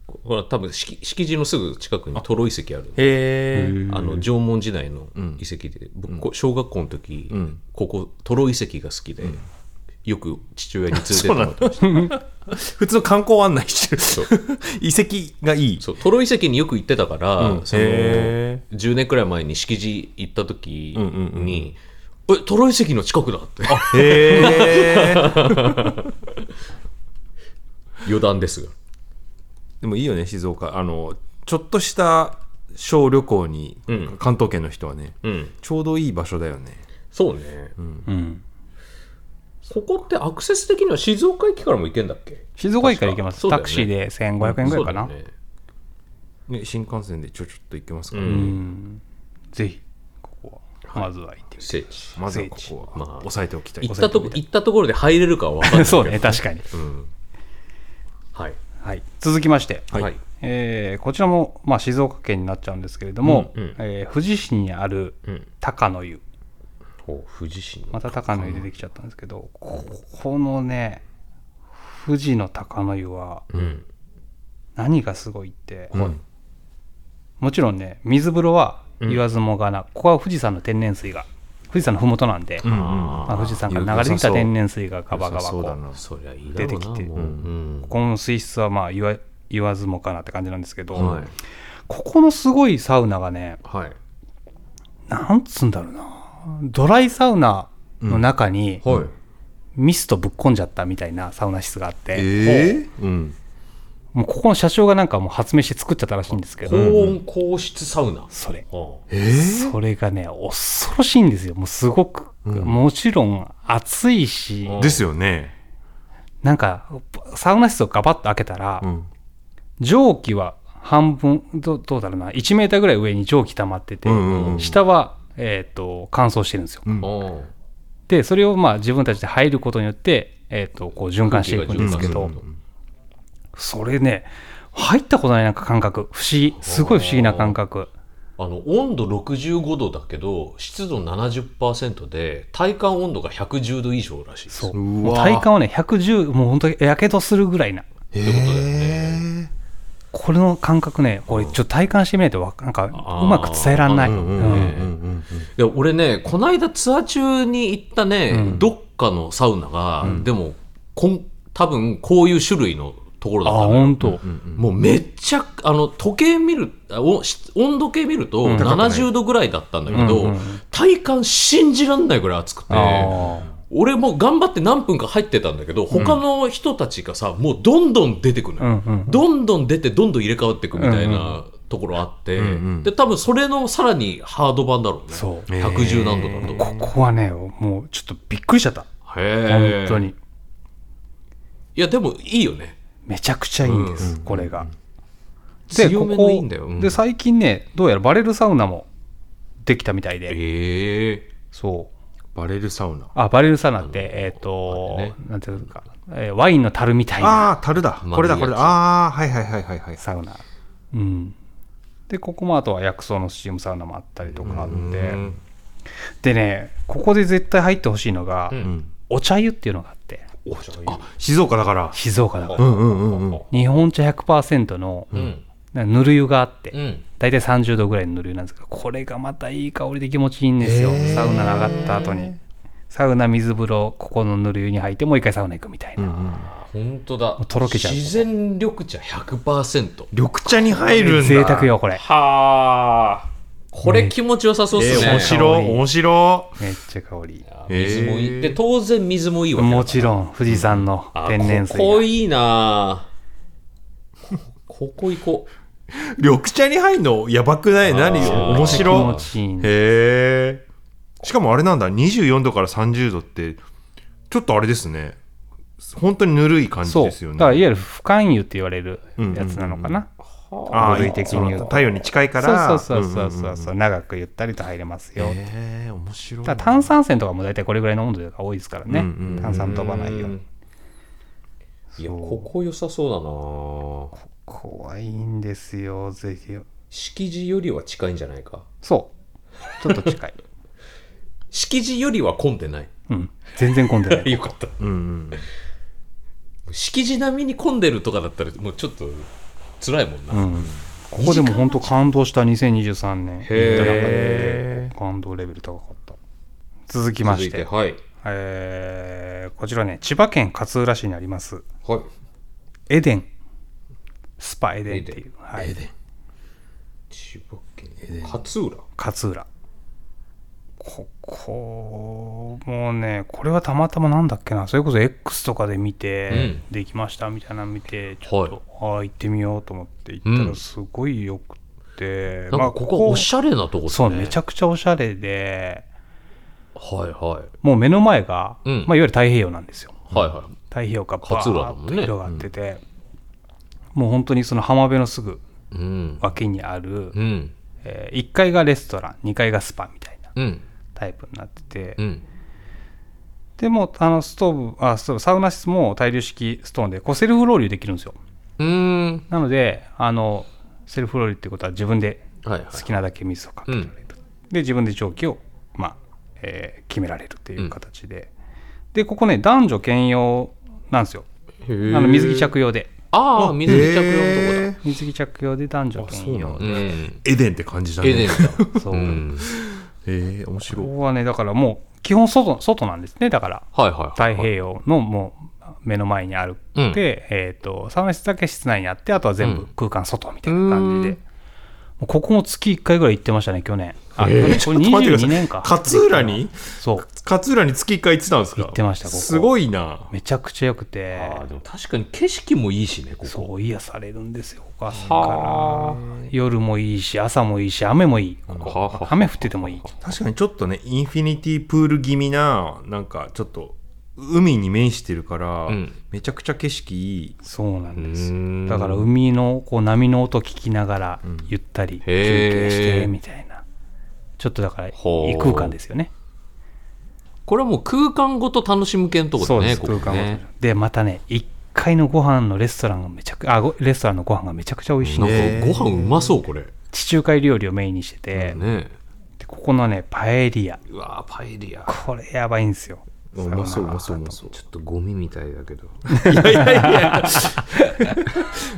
[SPEAKER 1] ここれは多分敷敷地のすぐ近くにトロ遺跡ある
[SPEAKER 2] へえ
[SPEAKER 1] あの縄文時代の遺跡で、僕こ小学校の時、ここトロ遺跡が好きで、よく父親に連れてってもらってました
[SPEAKER 2] 普通の観光案内してる (laughs) 遺跡がいい
[SPEAKER 1] そうトロ遺跡によく行ってたから、その
[SPEAKER 2] へ
[SPEAKER 1] 10年くらい前に敷地行った時に「えトロ遺跡の近くだ」って
[SPEAKER 2] へえ
[SPEAKER 1] (laughs) 余談ですが
[SPEAKER 2] でもいいよね静岡あのちょっとした小旅行に、
[SPEAKER 1] ん
[SPEAKER 2] 関東圏の人はね、
[SPEAKER 1] うん
[SPEAKER 2] ちょうどいい場所だよね
[SPEAKER 1] そうね、
[SPEAKER 3] うん
[SPEAKER 1] ここってアクセス的には静岡駅からも行けんだっけ
[SPEAKER 3] 静岡駅から行けます、
[SPEAKER 1] 確か
[SPEAKER 3] タクシーで1500円ぐらいかな、
[SPEAKER 1] そうだよね
[SPEAKER 2] ね、新幹線でちょちょっと行けますから、
[SPEAKER 1] う
[SPEAKER 3] うんんぜひここはまずは行ってみて、
[SPEAKER 1] 聖地
[SPEAKER 2] まずはここは、
[SPEAKER 1] まあ
[SPEAKER 2] 押さえておきたい
[SPEAKER 1] 行ったとこ行ったところで入れるかは分かんない
[SPEAKER 3] (laughs) そうね確かに、
[SPEAKER 1] うんはい
[SPEAKER 3] はい、続きまして、
[SPEAKER 1] はい、
[SPEAKER 3] えーこちらも、まあ、静岡県になっちゃうんですけれども、
[SPEAKER 1] うんうん
[SPEAKER 3] えー富士市にある
[SPEAKER 1] うん
[SPEAKER 3] 高の湯
[SPEAKER 1] ほう富士市の
[SPEAKER 3] また高の湯出てきちゃったんですけどここのね富士の高の湯は
[SPEAKER 1] うん
[SPEAKER 3] 何がすごいって、
[SPEAKER 1] はい
[SPEAKER 3] もちろんね水風呂は言わずもがな、ここは富士山の天然水が富士山の麓なんで、
[SPEAKER 2] うんうん
[SPEAKER 3] まあ、富士山から
[SPEAKER 2] 良
[SPEAKER 3] 流
[SPEAKER 2] さ
[SPEAKER 3] れてきた
[SPEAKER 2] そう
[SPEAKER 3] 天然水がガバ
[SPEAKER 2] 良
[SPEAKER 3] ガ
[SPEAKER 2] さ
[SPEAKER 3] バ
[SPEAKER 2] そ
[SPEAKER 3] こ
[SPEAKER 2] うだ
[SPEAKER 3] う
[SPEAKER 2] な
[SPEAKER 1] そりゃいいだろうな
[SPEAKER 3] 出てきて
[SPEAKER 1] もううん
[SPEAKER 3] ここの水質はまあ言わ言わずもかなって感じなんですけど、
[SPEAKER 2] はい
[SPEAKER 3] ここのすごいサウナがね
[SPEAKER 1] はい
[SPEAKER 3] なんつうんだろうなドライサウナの中に
[SPEAKER 2] はい
[SPEAKER 3] ミストぶっ込んじゃったみたいなサウナ室があって、
[SPEAKER 2] ええうん
[SPEAKER 3] もうここの社長がなんかもう発明して作っちゃったらしいんですけ
[SPEAKER 1] 高
[SPEAKER 3] ど、
[SPEAKER 1] 温高湿サウナ
[SPEAKER 3] それ
[SPEAKER 1] ほう
[SPEAKER 3] それがね恐ろしいんですよもうすごく、もちろん暑いし、
[SPEAKER 1] うん
[SPEAKER 2] ですよね、
[SPEAKER 3] なんかサウナ室をガバッと開けたら、
[SPEAKER 2] うん、
[SPEAKER 3] 蒸気は半分どどうだろうな1メーターぐらい上に蒸気溜まってて、
[SPEAKER 2] うんうんうん
[SPEAKER 3] 下は、えー、と乾燥してるんですよ、
[SPEAKER 2] うん
[SPEAKER 1] ほ
[SPEAKER 3] でそれをまあ自分たちで入ることによって、えー、とこう循環していくんですけど、
[SPEAKER 1] 空気が循環する
[SPEAKER 3] それね入ったことないなんか感覚不思議すごい不思議な感覚
[SPEAKER 1] うあの温度65度だけど湿度70%で体感温度が110度以上らしいです
[SPEAKER 3] そう
[SPEAKER 1] っ
[SPEAKER 2] うわ
[SPEAKER 3] もう体感はね110もう本当にやけどするぐらいな
[SPEAKER 2] え
[SPEAKER 1] てことだよね
[SPEAKER 3] これの感覚ねこれちょっと体感してみないとわなんか
[SPEAKER 1] あー
[SPEAKER 3] うまく伝えらんない、
[SPEAKER 1] う
[SPEAKER 2] うん
[SPEAKER 3] う
[SPEAKER 2] うん
[SPEAKER 3] ん
[SPEAKER 2] うんうん
[SPEAKER 1] いや俺ねこの間ツアー中に行ったね、
[SPEAKER 3] うん
[SPEAKER 1] どっかのサウナが、でもこん多分こういう種類のところだった
[SPEAKER 3] あ
[SPEAKER 1] のよ
[SPEAKER 3] 本当、
[SPEAKER 1] もうめっちゃあの時計見るあおし温度計見ると
[SPEAKER 3] うん
[SPEAKER 1] 70度ぐらいだったんだけど、
[SPEAKER 3] うんうん
[SPEAKER 1] 体感信じらんないぐらい暑くて
[SPEAKER 3] あ
[SPEAKER 1] 俺も頑張って何分か入ってたんだけど他の人たちがさもうどんどん出てくるのよ、
[SPEAKER 3] うんうん
[SPEAKER 1] どんどん出てどんどん入れ替わっていくみたい
[SPEAKER 3] うん
[SPEAKER 1] なところあって、
[SPEAKER 2] んうん
[SPEAKER 1] で多分それのさらにハード版だろうね
[SPEAKER 3] そう
[SPEAKER 1] 110何度だと思う
[SPEAKER 3] ここはねもうちょっとびっくりしちゃった
[SPEAKER 1] へ
[SPEAKER 3] 本
[SPEAKER 1] え
[SPEAKER 3] 当に
[SPEAKER 1] いやでもいいよね
[SPEAKER 3] めちゃくちゃいいんです、これが
[SPEAKER 1] 強めのいいんだよ、うん
[SPEAKER 3] で最近ねどうやらバレルサウナもできたみたいで、
[SPEAKER 1] ええ
[SPEAKER 3] そう
[SPEAKER 2] バレルサウナ
[SPEAKER 3] あバレルサウナってえっ、と、
[SPEAKER 1] あれね
[SPEAKER 3] なんていうか、えーワインの樽みたいな
[SPEAKER 2] ああ樽だ
[SPEAKER 1] 丸いやつ
[SPEAKER 2] これだこれだああはいはいはいはいはい
[SPEAKER 3] サウナうんでここもあとは薬草のスチームサウナもあったりとかあってでねここで絶対入ってほしいのが、
[SPEAKER 1] うん
[SPEAKER 3] お茶湯っていうのがあって
[SPEAKER 2] あ静岡だから
[SPEAKER 3] 静岡だか
[SPEAKER 2] う
[SPEAKER 3] ら
[SPEAKER 2] んうんうんうん
[SPEAKER 3] 日本茶100%の
[SPEAKER 1] うん
[SPEAKER 3] なぬる湯があって、
[SPEAKER 1] うん
[SPEAKER 3] 大体30度ぐらいのぬる湯なんですけどこれがまたいい香りで気持ちいいんですよサウナ上がった後にサウナ水風呂ここのぬる湯に入ってもう一回サウナ行くみたいな、
[SPEAKER 1] 本当だ
[SPEAKER 3] うとろけちゃう
[SPEAKER 1] 自然緑茶100%
[SPEAKER 2] 緑茶に入るんだ
[SPEAKER 3] 贅沢よこれ
[SPEAKER 2] はあ
[SPEAKER 1] これ気持ちよさそうっ
[SPEAKER 2] え
[SPEAKER 1] すね、
[SPEAKER 2] ー面白い面白い
[SPEAKER 3] めっちゃ香り
[SPEAKER 1] 水もいい
[SPEAKER 2] えー
[SPEAKER 1] で当然水もいいわけだ
[SPEAKER 3] もちろん富士山の
[SPEAKER 1] あ
[SPEAKER 3] 天然水が
[SPEAKER 1] ここいいな (laughs) ここ行こう
[SPEAKER 2] 緑茶に入るのやばくない何
[SPEAKER 1] ー
[SPEAKER 2] 面白
[SPEAKER 3] めっちゃ気持ちいいん
[SPEAKER 2] い
[SPEAKER 3] で
[SPEAKER 2] へえしかもあれなんだ24度から30度ってちょっとあれですね本当にぬるい感じ
[SPEAKER 3] そう
[SPEAKER 2] ですよね
[SPEAKER 3] だからいわゆる不寛油って言われるやつなのかな、
[SPEAKER 2] ああ
[SPEAKER 3] 部類的に言うと
[SPEAKER 2] 太陽に近いから
[SPEAKER 3] そうそうそうそうそう,、長くゆったりと入れますよ、
[SPEAKER 2] へえ面白い
[SPEAKER 3] だから炭酸泉とかも大体これぐらいの温度が多いですからね、
[SPEAKER 2] うんうんうん
[SPEAKER 3] 炭酸飛ばないように
[SPEAKER 1] いやここ良さそうだな
[SPEAKER 3] 怖いんですよぜひ
[SPEAKER 1] 敷地よりは近いんじゃないか
[SPEAKER 3] そうちょっと近い
[SPEAKER 1] 敷地よりは混んでない
[SPEAKER 3] (laughs)
[SPEAKER 1] (laughs)
[SPEAKER 3] うん全然混んで (laughs) ない
[SPEAKER 1] よかった
[SPEAKER 2] うんうん
[SPEAKER 1] 敷地並みに混んでるとかだったらもうちょっと辛いもんな、
[SPEAKER 3] うんここでも本当感動した2023年
[SPEAKER 1] へ
[SPEAKER 3] 感動レベル高かった続きま
[SPEAKER 1] 続
[SPEAKER 3] し
[SPEAKER 1] い
[SPEAKER 3] て
[SPEAKER 1] てはい
[SPEAKER 3] えーこちらね千葉県勝浦市にあります
[SPEAKER 1] はい
[SPEAKER 3] エデンスパエデンっていう、はい
[SPEAKER 1] 千葉県勝浦
[SPEAKER 3] 勝浦ここもねこれはたまたまなんだっけなそれこそ X とかで見て、できましたみたいなの見てちょっと、ああ行ってみようと思って行った
[SPEAKER 1] う
[SPEAKER 3] ら
[SPEAKER 1] ん
[SPEAKER 3] すごいよく
[SPEAKER 1] な
[SPEAKER 3] て、
[SPEAKER 1] んかここはおしゃれなとこです
[SPEAKER 3] そ
[SPEAKER 1] ね
[SPEAKER 3] うめちゃくちゃおしゃれで
[SPEAKER 1] はいはい
[SPEAKER 3] もう目の前が、
[SPEAKER 1] うん
[SPEAKER 3] まあ、いわゆる太平洋なんですよ
[SPEAKER 1] はいは
[SPEAKER 3] 太平洋がバ
[SPEAKER 1] 勝浦だ
[SPEAKER 3] ー
[SPEAKER 1] も
[SPEAKER 3] ッ
[SPEAKER 1] ん
[SPEAKER 3] と
[SPEAKER 1] ね
[SPEAKER 3] 広がっててもう本当にその浜辺のすぐ
[SPEAKER 1] うん。
[SPEAKER 3] 脇にある、
[SPEAKER 1] うん。
[SPEAKER 3] えー1階がレストラン2階がスパみたいな
[SPEAKER 1] うん。
[SPEAKER 3] タイプになってて、
[SPEAKER 1] うん。
[SPEAKER 3] でもあのストーブあストーブサウナ室も対流式ストーンでこうセルフロウリュできるんですよ
[SPEAKER 1] うん。
[SPEAKER 3] なのであのセルフロウリュっていうことは自分で
[SPEAKER 1] はいはい。
[SPEAKER 3] 好きなだけ水をかけられる、で自分で蒸気を、まあえー決められるっていう形で、でここね男女兼用なんですよ
[SPEAKER 1] へ
[SPEAKER 3] あ
[SPEAKER 1] ー
[SPEAKER 3] の水着着用で
[SPEAKER 1] ああ、水着着用のとこ
[SPEAKER 2] え
[SPEAKER 3] 水着着用で男女兼用
[SPEAKER 1] だ。うん。
[SPEAKER 2] ーエデンって感じだね
[SPEAKER 1] エデンだ。
[SPEAKER 3] そう、
[SPEAKER 1] うん。
[SPEAKER 2] えー、面
[SPEAKER 3] こ
[SPEAKER 2] 白い
[SPEAKER 3] こはねだからもう基本外外なんですねだから
[SPEAKER 1] はいはいはい。
[SPEAKER 3] 太平洋のもう目の前にあるって、
[SPEAKER 1] うん
[SPEAKER 3] えー、とサウナ室だけ室内にあってあとは全
[SPEAKER 1] うん
[SPEAKER 3] 部空間外みたいな感じ
[SPEAKER 1] う
[SPEAKER 3] で
[SPEAKER 1] ん、
[SPEAKER 3] もうここも月1回ぐらい行ってましたね去年あ、
[SPEAKER 2] えー
[SPEAKER 3] 去年これ22年か
[SPEAKER 2] 勝浦に
[SPEAKER 3] そう
[SPEAKER 2] 勝浦に月1回行ってたんですか
[SPEAKER 3] 行ってましたここ
[SPEAKER 2] すごいな
[SPEAKER 3] めちゃくちゃ良くて
[SPEAKER 1] ああ、でも確かに景色もいいしね、ここ。
[SPEAKER 3] そう癒されるんですよここ朝
[SPEAKER 1] はあ
[SPEAKER 3] から夜もいいし朝もいいし雨もいいこ
[SPEAKER 1] はあはあは
[SPEAKER 3] こ
[SPEAKER 1] あ
[SPEAKER 3] 雨降っててもいい
[SPEAKER 2] 確かにちょっとねインフィニティプール気味ななんかちょっと海に面してるから、
[SPEAKER 1] うん
[SPEAKER 2] めちゃくちゃ景色いい
[SPEAKER 3] そうなんで
[SPEAKER 1] う
[SPEAKER 3] す
[SPEAKER 1] ーん
[SPEAKER 3] だから海のこう波の音聞きながらゆったり休憩し
[SPEAKER 1] へー
[SPEAKER 3] てみたいなちょっとだから
[SPEAKER 1] ほう
[SPEAKER 3] 異空間ですよね
[SPEAKER 1] これはもう空間ごと楽しむ系のとこ
[SPEAKER 3] そ
[SPEAKER 1] だ
[SPEAKER 3] うで
[SPEAKER 1] ね、
[SPEAKER 3] す
[SPEAKER 1] こ
[SPEAKER 3] 空
[SPEAKER 1] こ
[SPEAKER 3] 間を
[SPEAKER 1] ね。
[SPEAKER 3] でまたね1階のご飯のレストランがめちゃくあごレストランのご飯がめちゃくちゃ美味しいん
[SPEAKER 1] な
[SPEAKER 3] で
[SPEAKER 1] んか
[SPEAKER 2] ね
[SPEAKER 1] ご飯うまそう、これ。
[SPEAKER 3] 地中海料理をメインにしてて
[SPEAKER 1] ね
[SPEAKER 3] でここのねパエリア
[SPEAKER 1] うわーパエリア。
[SPEAKER 3] これやばいんですよ
[SPEAKER 2] うまそううまそううまそう
[SPEAKER 1] ちょっとゴミみたいだけど。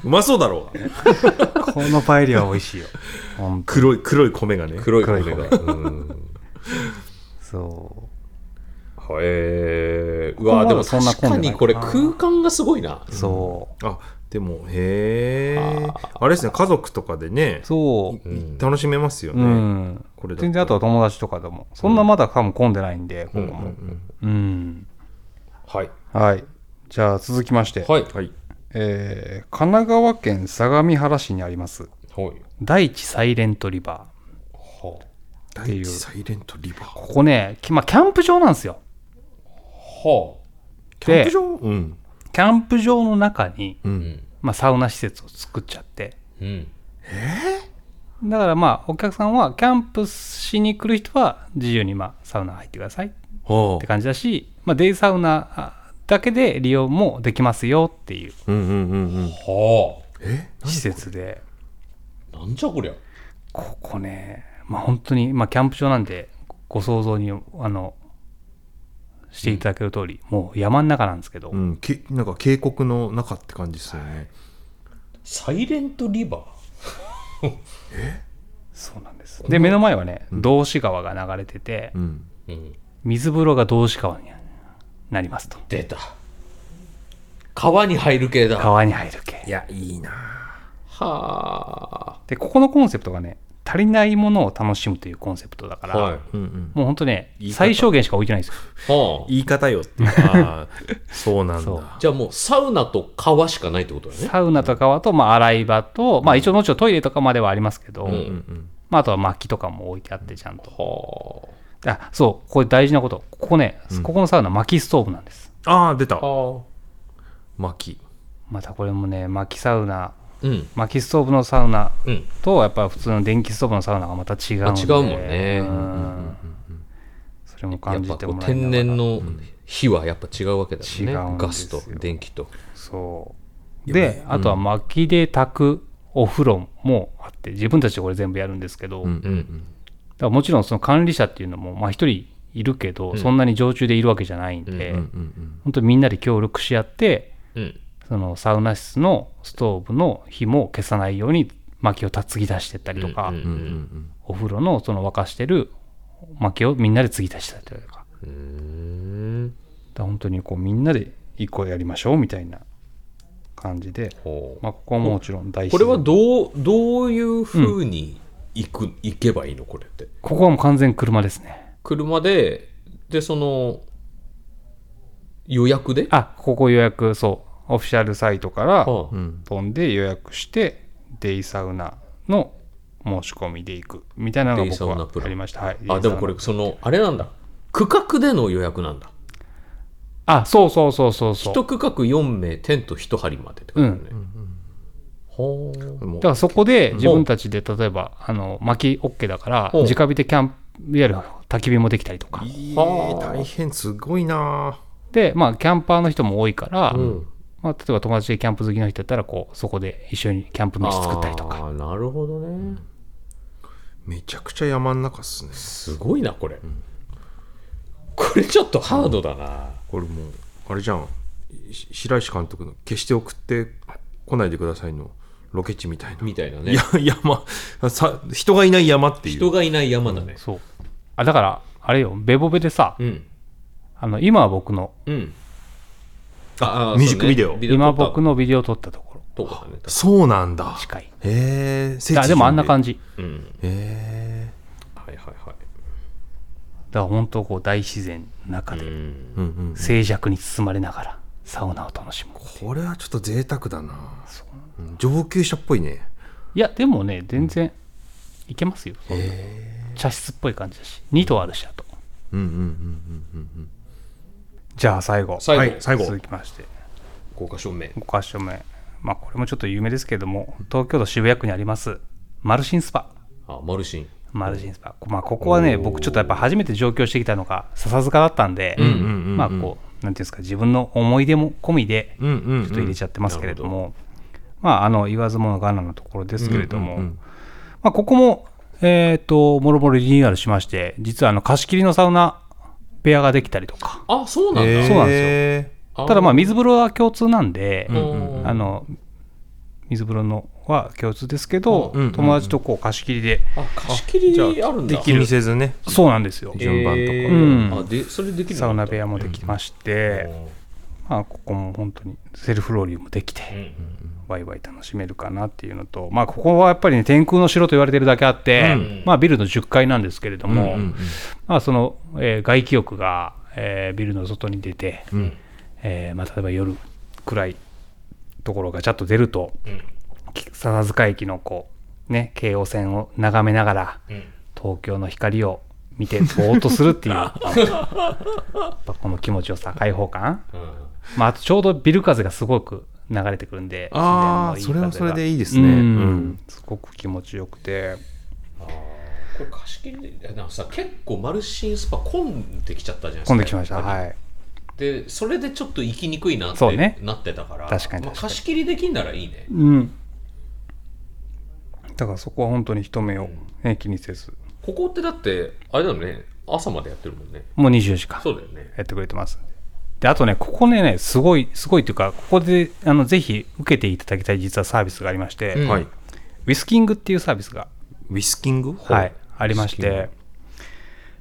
[SPEAKER 2] うまそうだろう
[SPEAKER 3] このパエリアは美味しいよ本当
[SPEAKER 2] 黒い黒い米がね
[SPEAKER 1] 黒い米が。うん
[SPEAKER 3] そう
[SPEAKER 1] へえ。う
[SPEAKER 3] こ
[SPEAKER 1] わー
[SPEAKER 3] こま
[SPEAKER 1] で
[SPEAKER 3] だ
[SPEAKER 1] も
[SPEAKER 3] そんな
[SPEAKER 1] 確
[SPEAKER 3] 混
[SPEAKER 1] か
[SPEAKER 3] んで
[SPEAKER 1] に
[SPEAKER 3] ない
[SPEAKER 1] これ空間がすごいな。
[SPEAKER 3] そう、
[SPEAKER 2] あでもへえあれですね家族とかでね
[SPEAKER 3] そう、
[SPEAKER 1] うん
[SPEAKER 2] 楽しめますよね、
[SPEAKER 3] うん、
[SPEAKER 2] これだと
[SPEAKER 3] 全然あとは友達とかでもそんなまだ多分混んでないんで、
[SPEAKER 2] うんう
[SPEAKER 3] ここ
[SPEAKER 2] んう
[SPEAKER 3] も
[SPEAKER 2] ん
[SPEAKER 3] うん、
[SPEAKER 1] はい。
[SPEAKER 3] はいじゃあ続きまして、
[SPEAKER 1] はい。
[SPEAKER 2] はい
[SPEAKER 3] えー神奈川県相模原市にあります
[SPEAKER 1] はい。
[SPEAKER 3] 第一サイレントリバー
[SPEAKER 1] は
[SPEAKER 3] って
[SPEAKER 2] 第
[SPEAKER 3] いう
[SPEAKER 2] 一サイレントリバー
[SPEAKER 3] ここね、きまあ、キャンプ場なんですよ
[SPEAKER 1] は
[SPEAKER 2] キャンプ場うん
[SPEAKER 3] キャンプ場の中に、
[SPEAKER 2] う
[SPEAKER 1] あ。うんん。
[SPEAKER 3] まあ、サウナ施設を作っちゃって
[SPEAKER 1] うん。
[SPEAKER 3] だからまあお客さんはキャンプしに来る人は自由にまあサウナ入ってくださいっ
[SPEAKER 2] は
[SPEAKER 3] て感じだし、まあ、デイサウナあだけで利用もできますよっていう
[SPEAKER 2] あうんうんうんうん
[SPEAKER 1] は
[SPEAKER 2] え
[SPEAKER 3] 施設で
[SPEAKER 1] あ。なんじゃこりゃ。
[SPEAKER 3] ここね、まあ、本当に、まあ、キャンプ場なんでご想像にあのしていただける通り、もう山の中なんですけど、
[SPEAKER 2] うん、けなんか渓谷の中って感じですよね。
[SPEAKER 1] サイレントリバー
[SPEAKER 3] そうなんですで目の前はね道志川が流れてて、
[SPEAKER 2] うん。
[SPEAKER 1] うん、
[SPEAKER 3] 水風呂が道志川になりますと
[SPEAKER 1] 出た川に入る系だは
[SPEAKER 3] 川に入る系
[SPEAKER 2] や、いいな。
[SPEAKER 1] あ
[SPEAKER 3] でここのコンセプトがね足りないものを楽しむというコンセプトだから、
[SPEAKER 1] はい
[SPEAKER 2] うんうん。
[SPEAKER 3] もう本当ね
[SPEAKER 2] 言い方
[SPEAKER 3] 最小限しか置いてないんですよ
[SPEAKER 1] はあ
[SPEAKER 2] 言い方よっていうか、そうなん
[SPEAKER 3] そう
[SPEAKER 2] だ。
[SPEAKER 1] じゃあもうサウナと川しかないってことだね
[SPEAKER 3] サウナと川と、まあ、洗い場と、まあ、一応もちろんトイレとかまではありますけど、
[SPEAKER 2] うんうん。
[SPEAKER 3] まあ、あとは薪とかも置いてあってちゃんと
[SPEAKER 1] は
[SPEAKER 3] あそうこれ大事なことここね、ここのサウナ薪ストーブなんです
[SPEAKER 2] ああ、出た
[SPEAKER 1] あ。は
[SPEAKER 2] 薪。
[SPEAKER 3] またこれもね薪サウナ
[SPEAKER 1] あうん
[SPEAKER 3] 薪ストーブのサウナ
[SPEAKER 1] うん
[SPEAKER 3] とやっぱ普通の電気ストーブのサウナがまた違うんで
[SPEAKER 1] あ違うもんね
[SPEAKER 3] う
[SPEAKER 1] うん
[SPEAKER 3] んそれも
[SPEAKER 1] やっ
[SPEAKER 3] 感じ
[SPEAKER 1] ぱ
[SPEAKER 3] て
[SPEAKER 1] こ
[SPEAKER 3] も
[SPEAKER 1] う
[SPEAKER 3] らえ
[SPEAKER 1] 天然
[SPEAKER 3] の
[SPEAKER 1] の火はやっぱ違うわけだ
[SPEAKER 3] 違
[SPEAKER 1] ね
[SPEAKER 3] うん
[SPEAKER 1] ガ
[SPEAKER 3] で
[SPEAKER 1] ス
[SPEAKER 3] す
[SPEAKER 1] と
[SPEAKER 3] よ
[SPEAKER 1] 電気と
[SPEAKER 3] そうで、あとは薪で炊くお風呂もあって自分たちでこれ全部やるんですけど、
[SPEAKER 2] ん
[SPEAKER 3] だか
[SPEAKER 1] うん
[SPEAKER 3] らもちろんその管理者っていうのもまあ一人いるけど、そんなに常駐でいるわけじゃないんで、
[SPEAKER 2] うんうん。
[SPEAKER 3] 本当みんなで協力し合って
[SPEAKER 1] うん
[SPEAKER 3] そのサウナ室のストーブの火も消さないように薪を担ぎ出してったりとか、
[SPEAKER 1] うんうん
[SPEAKER 2] うんうん
[SPEAKER 3] お風呂のその沸かしてる薪をみんなで継ぎ足したりとかだか
[SPEAKER 1] うーん
[SPEAKER 3] ら本当にこうみんなで一個やりましょうみたいな感じで、
[SPEAKER 1] ほう
[SPEAKER 3] まあ、ここももちろん大事
[SPEAKER 1] これはどうどういうふうに行く、行けばいいのこれって
[SPEAKER 3] ここはもう完全に車ですね
[SPEAKER 1] 車ででその予約で
[SPEAKER 3] あここ予約そうオフィシャルサイトから
[SPEAKER 1] は
[SPEAKER 2] う
[SPEAKER 1] あ
[SPEAKER 2] ん。
[SPEAKER 3] 飛んで予約してデイサウナの申し込みで行くみたいなのが
[SPEAKER 1] デイサ
[SPEAKER 3] 僕
[SPEAKER 1] ウナ
[SPEAKER 3] は
[SPEAKER 1] プラン
[SPEAKER 3] ありましたはい
[SPEAKER 1] あでもこれそのあれなんだ区画での予約なんだ
[SPEAKER 3] あそうそうそうそうそう
[SPEAKER 1] 一区画4名テント1張りまでってことだよね、
[SPEAKER 2] うん
[SPEAKER 1] ほう。
[SPEAKER 2] も
[SPEAKER 4] だ
[SPEAKER 2] う
[SPEAKER 4] からそこで自分たちで例えばあの薪 OK だから
[SPEAKER 1] お
[SPEAKER 4] 直火でキャンプいわゆる焚き火もできたりとか
[SPEAKER 2] いい大変すごいな
[SPEAKER 4] でまあキャンパーの人も多いから、
[SPEAKER 1] うん。
[SPEAKER 4] まあ、例えば友達でキャンプ好きの人だったらこうそこで一緒にキャンプ飯作ったりとか
[SPEAKER 1] あーなるほどね。
[SPEAKER 2] めちゃくちゃ山ん中っすね
[SPEAKER 1] すごいな、これ。これちょっとハードだな。
[SPEAKER 2] これもうあれじゃんし白石監督の「決して送ってこないでください」のロケ地みたいな、
[SPEAKER 1] みたいないね
[SPEAKER 2] や。山さ人がいない山っていう
[SPEAKER 1] 人がいない山だね。
[SPEAKER 4] そうあだからあれよベボベでさ、
[SPEAKER 1] うん。
[SPEAKER 4] あの今は僕の
[SPEAKER 1] うん。ああ
[SPEAKER 2] ミュージックビデオ
[SPEAKER 4] 今僕
[SPEAKER 1] の。
[SPEAKER 4] のビデオ撮ったところ
[SPEAKER 1] とこだね。
[SPEAKER 2] そうなんだ
[SPEAKER 4] 近い
[SPEAKER 2] へえー、
[SPEAKER 4] あでもあんな感
[SPEAKER 2] じ
[SPEAKER 4] じ
[SPEAKER 1] うん。
[SPEAKER 2] へ
[SPEAKER 1] はいはいはい。
[SPEAKER 4] だから本当こう大自然の中で
[SPEAKER 1] うん
[SPEAKER 2] えー、うんうん
[SPEAKER 4] 静寂に包まれながらサウナを楽しむ
[SPEAKER 2] これはちょっと贅沢だなうん上級者っぽいね
[SPEAKER 4] いやでもね全然いけますよそんな茶室っぽい感じだし2棟あるしあと
[SPEAKER 2] うんうんうんうんうんうん
[SPEAKER 3] じゃあ最後
[SPEAKER 1] 最後、
[SPEAKER 2] はい最後
[SPEAKER 3] 続きまして
[SPEAKER 1] 豪華照明。
[SPEAKER 3] 5箇所目まあこれもちょっと有名ですけれども東京都渋谷区にありますマルシンスパ
[SPEAKER 1] あ、マルシン。
[SPEAKER 3] マルシンスパ、まあ、ここはね僕ちょっとやっぱ初めて上京してきたのが笹塚だったんで
[SPEAKER 2] んうんうんうん
[SPEAKER 3] まあこうなんていうんですか自分の思い出も込みで
[SPEAKER 2] うんうんうん
[SPEAKER 3] ちょっと入れちゃってますけれども、まああの言わずものがなのところですけれども、まあ、ここもえっ、ともろもろリニューアルしまして実はあの貸し切りのサウナ部屋ができたりとか
[SPEAKER 1] あ、そうなんだ。
[SPEAKER 2] へー
[SPEAKER 3] そうなん
[SPEAKER 2] で
[SPEAKER 1] あー
[SPEAKER 3] ただまあ水風呂は共通なんで、
[SPEAKER 1] うんうんうん
[SPEAKER 3] あの水風呂のは共通ですけど、
[SPEAKER 2] うんうんうん
[SPEAKER 3] 友達とこう貸し切りで、
[SPEAKER 1] あ、貸し切りあるんだ。
[SPEAKER 2] 気にせずね
[SPEAKER 3] そうなんですよ、
[SPEAKER 2] 順番とか
[SPEAKER 1] え
[SPEAKER 3] うん
[SPEAKER 1] あ、で、それできる
[SPEAKER 3] サウナ部
[SPEAKER 1] 屋。
[SPEAKER 3] 屋もできまして、まあ、ここも本当にセルフローリーもできて、
[SPEAKER 1] うん
[SPEAKER 3] ワイワイ楽しめるかなっていうのと、まあ、ここはやっぱりね天空の城と言われてるだけあって、
[SPEAKER 1] うん
[SPEAKER 3] まあ、ビルの10階なんですけれども、
[SPEAKER 2] うんうんうん
[SPEAKER 3] まあ、その、えー外気浴が、えービルの外に出て、
[SPEAKER 2] うん
[SPEAKER 3] えーまあ、例えば夜暗いところがちゃっと出ると
[SPEAKER 1] うん
[SPEAKER 3] き笹塚駅のこう、ね、京王線を眺めながら
[SPEAKER 1] うん
[SPEAKER 3] 東京の光を見てぼーっとす
[SPEAKER 1] (laughs)
[SPEAKER 3] るっていうやっぱこの気持ちよさ開放感、
[SPEAKER 1] うん
[SPEAKER 3] まあ、あとちょうどビル風がすごく流れてくるんで
[SPEAKER 2] ああ
[SPEAKER 3] 自
[SPEAKER 2] それ
[SPEAKER 3] 然のいい風が
[SPEAKER 2] はそれでいいですね
[SPEAKER 3] うん
[SPEAKER 2] うん
[SPEAKER 3] すごく気持ちよくて
[SPEAKER 1] あーこれ貸し切りで、なんかさ、結構マルシンスパ混んできちゃったじゃないですか。
[SPEAKER 3] 混んできました
[SPEAKER 1] やっぱり
[SPEAKER 3] はい
[SPEAKER 1] で、それでちょっと行きにくいなっ
[SPEAKER 3] そう
[SPEAKER 1] て、
[SPEAKER 3] ね
[SPEAKER 1] なってたから、
[SPEAKER 3] 確かに
[SPEAKER 1] まあ
[SPEAKER 3] 確かに
[SPEAKER 1] 貸し切りできんならいいね。
[SPEAKER 3] うんだからそこは本当に人目を、ね、気にせず
[SPEAKER 1] ここってだって、あれだよね、朝までやってるもんね。
[SPEAKER 3] もう24時間
[SPEAKER 1] そうだよね。
[SPEAKER 3] やってくれてますんで。で、あとね、ここねね、すごい、すごいというか、ここで、あの、ぜひ受けていただきたい実はサービスがありまして、
[SPEAKER 1] うん
[SPEAKER 2] はい
[SPEAKER 1] うん
[SPEAKER 3] ウィスキングっていうサービスが、
[SPEAKER 2] ウィスキング
[SPEAKER 3] はい、ありまして、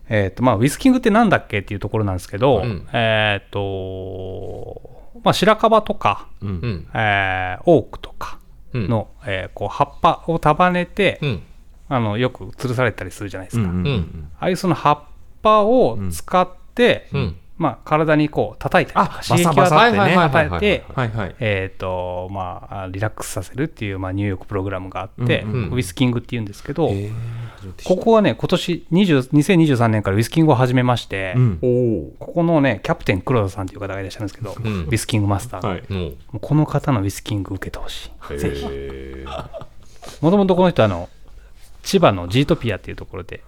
[SPEAKER 3] えっ、と、まあ、ウィスキングってなんだっけっていうところなんですけど、
[SPEAKER 1] うん
[SPEAKER 3] えっ、と、まあ、白樺とか、
[SPEAKER 2] うん
[SPEAKER 1] うん。
[SPEAKER 3] えーオークとかの、えーこう、葉っぱを束ねて、
[SPEAKER 1] うん。
[SPEAKER 3] あの、よく吊るされたりするじゃないですか。
[SPEAKER 1] うん。
[SPEAKER 3] ああいうその葉っぱを使って、
[SPEAKER 1] うん
[SPEAKER 3] まあ、体にこう叩いたりとか
[SPEAKER 2] あ
[SPEAKER 3] 刺激を
[SPEAKER 2] バサ
[SPEAKER 3] 与
[SPEAKER 2] バサ
[SPEAKER 3] え
[SPEAKER 2] っててね
[SPEAKER 3] ね与えて、
[SPEAKER 2] はいはい
[SPEAKER 3] えーとまあ、リラックスさせるっていう、まあ、入浴プログラムがあって、
[SPEAKER 2] うん
[SPEAKER 1] うん
[SPEAKER 3] ウィスキングっていうんですけど、
[SPEAKER 2] え
[SPEAKER 3] ここはね今年20 2023年からウィスキングを始めまして、
[SPEAKER 2] うん
[SPEAKER 1] おお。
[SPEAKER 3] ここのねキャプテン黒田さんという方がいらっしゃるんですけど、
[SPEAKER 1] ん
[SPEAKER 3] ウィスキングマスターが、
[SPEAKER 2] はい
[SPEAKER 1] うん。
[SPEAKER 3] もうこの方のウィスキング受けてほしいぜひ
[SPEAKER 1] へー
[SPEAKER 3] もともとこの人あの千葉のジートピアっていうところで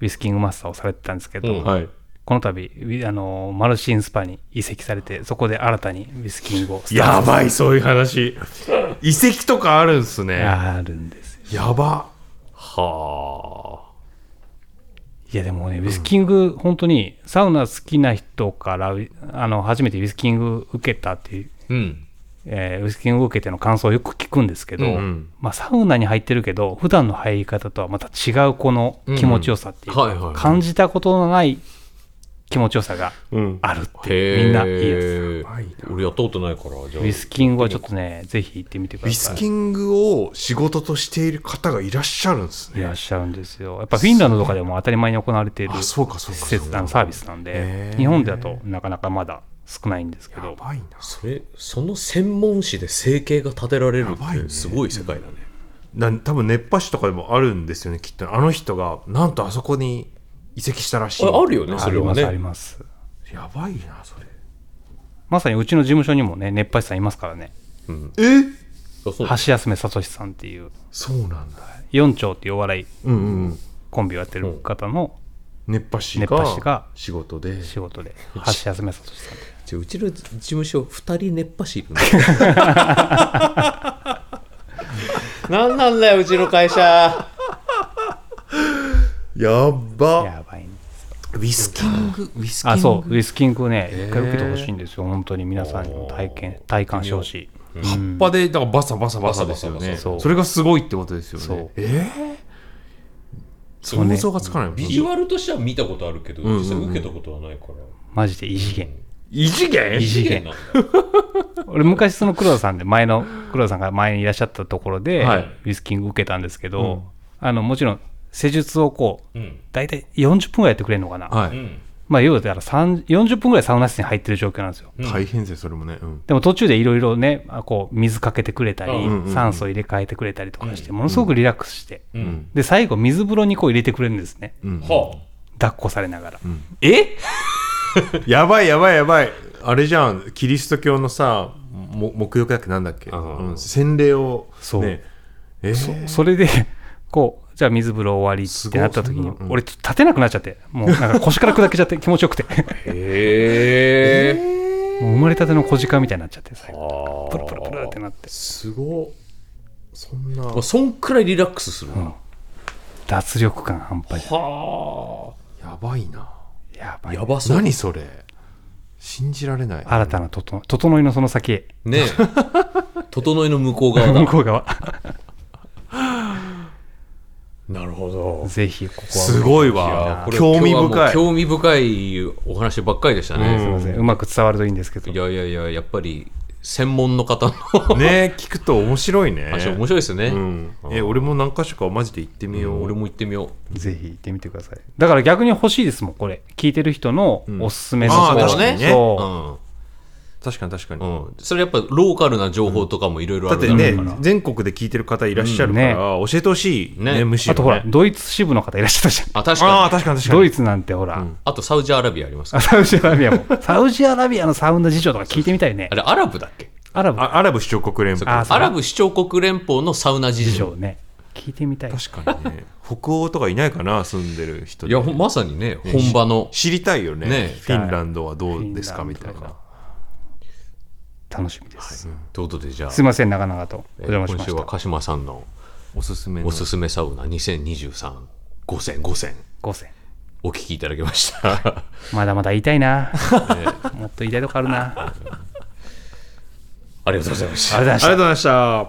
[SPEAKER 3] ウィスキングマスターをされてたんですけど、
[SPEAKER 1] うん
[SPEAKER 2] はい
[SPEAKER 3] この度ウィあのマルシンスパに移籍されてそこで新たにウィスキングをスタート
[SPEAKER 2] やばいそういう話遺跡とかあるんすね
[SPEAKER 3] あるんですよ
[SPEAKER 2] やば
[SPEAKER 1] はあ。
[SPEAKER 3] いやでもねウィスキング、本当にサウナ好きな人からあの初めてウィスキング受けたっていう、
[SPEAKER 1] うん。
[SPEAKER 3] えーウィスキング受けての感想をよく聞くんですけど、
[SPEAKER 1] うんうん
[SPEAKER 3] まあ、サウナに入ってるけど普段の入り方とはまた違うこの気持ちよさっていうか、
[SPEAKER 1] うんはいはいはい
[SPEAKER 3] 感じたことのない気持ちよさが
[SPEAKER 2] うん
[SPEAKER 3] あるっていう、
[SPEAKER 1] へ
[SPEAKER 3] みんないいです
[SPEAKER 1] え。俺やったことないから、じゃあ
[SPEAKER 3] ウィスキングはちょっとねぜひ行ってみてく
[SPEAKER 2] ウ
[SPEAKER 3] だ
[SPEAKER 2] ィ
[SPEAKER 3] さ
[SPEAKER 2] ス
[SPEAKER 3] い
[SPEAKER 2] キングを仕事としている方がいらっしゃるんです
[SPEAKER 3] いら
[SPEAKER 2] ね
[SPEAKER 3] っしゃるんですよやっぱフィンランドとかでも当たり前に行われている
[SPEAKER 2] あそうかそうか
[SPEAKER 3] 施
[SPEAKER 2] そう
[SPEAKER 3] 設あ
[SPEAKER 2] か
[SPEAKER 3] のサービスなんで
[SPEAKER 2] へー
[SPEAKER 3] 日本でだとなかなかまだ少ないんですけ
[SPEAKER 2] や
[SPEAKER 3] ど
[SPEAKER 2] ばいな
[SPEAKER 1] それ、その専門誌で生計が立てられる
[SPEAKER 2] ば
[SPEAKER 1] っ
[SPEAKER 2] い
[SPEAKER 1] て、
[SPEAKER 2] ね
[SPEAKER 1] すごい世界だね。
[SPEAKER 2] な多分熱波師とかでもあるんですよねきっとあの人がなんとあそこに移籍したらしい
[SPEAKER 1] ああるよね、
[SPEAKER 3] あ
[SPEAKER 1] それ
[SPEAKER 3] り
[SPEAKER 1] は
[SPEAKER 3] ますあ
[SPEAKER 1] ね
[SPEAKER 3] り。ます
[SPEAKER 2] やばいなそれ
[SPEAKER 3] まさにうちの事務所にもね熱波師さんいますからね
[SPEAKER 2] え
[SPEAKER 1] あそう
[SPEAKER 3] 橋休めさとしさんっていう
[SPEAKER 2] そうなんだ
[SPEAKER 3] 四丁っていうお笑い
[SPEAKER 2] うんうんうん
[SPEAKER 3] コンビをやってる方の
[SPEAKER 2] 熱波師
[SPEAKER 3] 熱波師
[SPEAKER 2] が
[SPEAKER 3] が
[SPEAKER 2] 仕事で
[SPEAKER 3] 仕事で橋休めさとしさん
[SPEAKER 1] ちょうちの事務所2人熱波師
[SPEAKER 3] (laughs)
[SPEAKER 1] いるななんなんだようちの会社
[SPEAKER 2] やっば
[SPEAKER 3] やばいね
[SPEAKER 1] ウィスキングウィスキング
[SPEAKER 3] あそうウィスキングね一回受けてほしいんですよ本当に皆さんにも体験体感してほしい
[SPEAKER 2] 葉っぱでだからバサバサバサですよね
[SPEAKER 1] バサバサバサ
[SPEAKER 3] そう
[SPEAKER 2] それがすごいってことですよね
[SPEAKER 3] そう
[SPEAKER 2] えー、
[SPEAKER 3] うね
[SPEAKER 2] 想像がつかないもん
[SPEAKER 1] ビジュアルとしては見たことあるけど実際受けたことはないから、
[SPEAKER 3] マジで異次元
[SPEAKER 2] 異次元
[SPEAKER 3] 異次
[SPEAKER 1] 綺麗
[SPEAKER 3] 元
[SPEAKER 1] なんだ
[SPEAKER 3] 俺昔その黒田さんで前の黒田さんが前にいらっしゃったところで、
[SPEAKER 2] はい
[SPEAKER 3] ウィスキング受けたんですけど、あのもちろん施術をこう
[SPEAKER 1] うん
[SPEAKER 3] 大体40分ぐらいやってくれるのかな、
[SPEAKER 2] は
[SPEAKER 1] う
[SPEAKER 2] い、
[SPEAKER 1] ん
[SPEAKER 3] まあ要はだから3 40分ぐらいサウナ室に入ってる状況なんですよ
[SPEAKER 1] うん
[SPEAKER 2] 大変ですよそれもね、うん、
[SPEAKER 3] でも途中でいろいろねあこう水かけてくれたり、
[SPEAKER 1] うん
[SPEAKER 2] うんうん
[SPEAKER 3] 酸素入れ替えてくれたりとかして、ものすごくリラックスして、
[SPEAKER 1] うん
[SPEAKER 3] で最後水風呂にこう入れてくれるんですね
[SPEAKER 2] うん、
[SPEAKER 1] は
[SPEAKER 3] 抱っこされながら、
[SPEAKER 1] え
[SPEAKER 2] やばいやばいやばいあれじゃんキリスト教のさも沐浴だっけなんだっけ、
[SPEAKER 1] ん
[SPEAKER 2] うん、洗礼を
[SPEAKER 3] そう
[SPEAKER 2] ねえー
[SPEAKER 3] それで (laughs) こうじゃあ水風呂終わりってなった時
[SPEAKER 2] す
[SPEAKER 3] に
[SPEAKER 2] ごいそんなうん
[SPEAKER 3] 俺ちょっと立てなくなっちゃってもうなんか腰から砕けちゃって (laughs) 気持ちよくて
[SPEAKER 1] へえ
[SPEAKER 3] もう生まれたての小鹿みたいになっちゃって最後
[SPEAKER 1] あ
[SPEAKER 3] プルプルプルってなって
[SPEAKER 2] すごっそんな
[SPEAKER 1] そんくらいリラックスするな、
[SPEAKER 3] 脱力感半端じ
[SPEAKER 1] は
[SPEAKER 2] やばいな
[SPEAKER 3] ゃやば
[SPEAKER 1] あ
[SPEAKER 3] い
[SPEAKER 1] やばそう
[SPEAKER 2] 何それ信じられない
[SPEAKER 3] 新たなとと整いのその先へ
[SPEAKER 1] ねえ整いの向こう側
[SPEAKER 3] (laughs)
[SPEAKER 1] だ
[SPEAKER 3] 向こう側
[SPEAKER 1] なるほど
[SPEAKER 3] ぜひここは
[SPEAKER 2] すごいわ興味深い
[SPEAKER 1] 興味深いお話ばっかりでしたね、
[SPEAKER 3] すいませんうまく伝わるといいんですけど
[SPEAKER 1] いやいやいややっぱり専門の方の
[SPEAKER 2] ね聞くと面白いね
[SPEAKER 1] 話面白いですね、
[SPEAKER 2] うん、え俺も何か所かマジで行ってみよう、
[SPEAKER 1] 俺も行ってみよう
[SPEAKER 3] ぜひ行ってみてくださいだから逆に欲しいですもんこれ聞いてる人のおすすめの
[SPEAKER 2] うんあ
[SPEAKER 3] と
[SPEAKER 2] ー
[SPEAKER 3] ころ
[SPEAKER 2] 確かにね
[SPEAKER 3] そう
[SPEAKER 1] うん
[SPEAKER 2] 確かに確かに、
[SPEAKER 1] うん、それやっぱローカルな情報とかもいろいろあ
[SPEAKER 2] だっ
[SPEAKER 1] る
[SPEAKER 2] て
[SPEAKER 1] ろう
[SPEAKER 2] ね全国で聞いてる方いらっしゃるから、
[SPEAKER 3] う
[SPEAKER 2] 教えてほしいね
[SPEAKER 1] ね
[SPEAKER 2] むしろ、ね、
[SPEAKER 3] あとほら、ドイツ支部の方いらっしゃったじゃん。
[SPEAKER 1] あ確
[SPEAKER 2] あ
[SPEAKER 1] か
[SPEAKER 2] あ
[SPEAKER 1] に
[SPEAKER 2] 確かに確かに
[SPEAKER 3] ドイツなんてほら、
[SPEAKER 1] あとサウジアラビアありますか
[SPEAKER 3] あサウジアラビ
[SPEAKER 2] (laughs)
[SPEAKER 3] アも。サウジアラビアのサウンド事情とか聞いてみたいね
[SPEAKER 1] あ。れアラブだっけ
[SPEAKER 3] アラブ
[SPEAKER 2] あアラブ首長国連邦
[SPEAKER 3] あそう
[SPEAKER 1] アラブ首長国連邦のサウナ事
[SPEAKER 3] 事
[SPEAKER 1] 情
[SPEAKER 3] 情ね。聞いてみたい。
[SPEAKER 2] 確かにね北欧とかいないかな住んでる人
[SPEAKER 1] い
[SPEAKER 2] で
[SPEAKER 1] やほんまさにね本場の
[SPEAKER 2] 知りたいよね
[SPEAKER 1] ね
[SPEAKER 2] フィンランドはどうですか
[SPEAKER 3] フィン
[SPEAKER 2] み
[SPEAKER 3] ランド
[SPEAKER 2] たいな
[SPEAKER 3] 楽しみです。
[SPEAKER 1] ということでじゃあ
[SPEAKER 3] すいません、長々と。お
[SPEAKER 1] え
[SPEAKER 3] 邪魔し
[SPEAKER 1] 今
[SPEAKER 3] ま
[SPEAKER 1] 週
[SPEAKER 3] し
[SPEAKER 1] は
[SPEAKER 3] た。
[SPEAKER 1] 鹿島さんの
[SPEAKER 2] おすすめの
[SPEAKER 1] おすすめサウナ2023 5選5選
[SPEAKER 3] 5選。
[SPEAKER 1] お聞きいただきました
[SPEAKER 3] (laughs) まだまだ言いたいな。
[SPEAKER 2] (laughs)
[SPEAKER 3] もっと言いたいとこあるな。
[SPEAKER 1] ありがとうございました
[SPEAKER 3] あれだ
[SPEAKER 2] ありがとうございました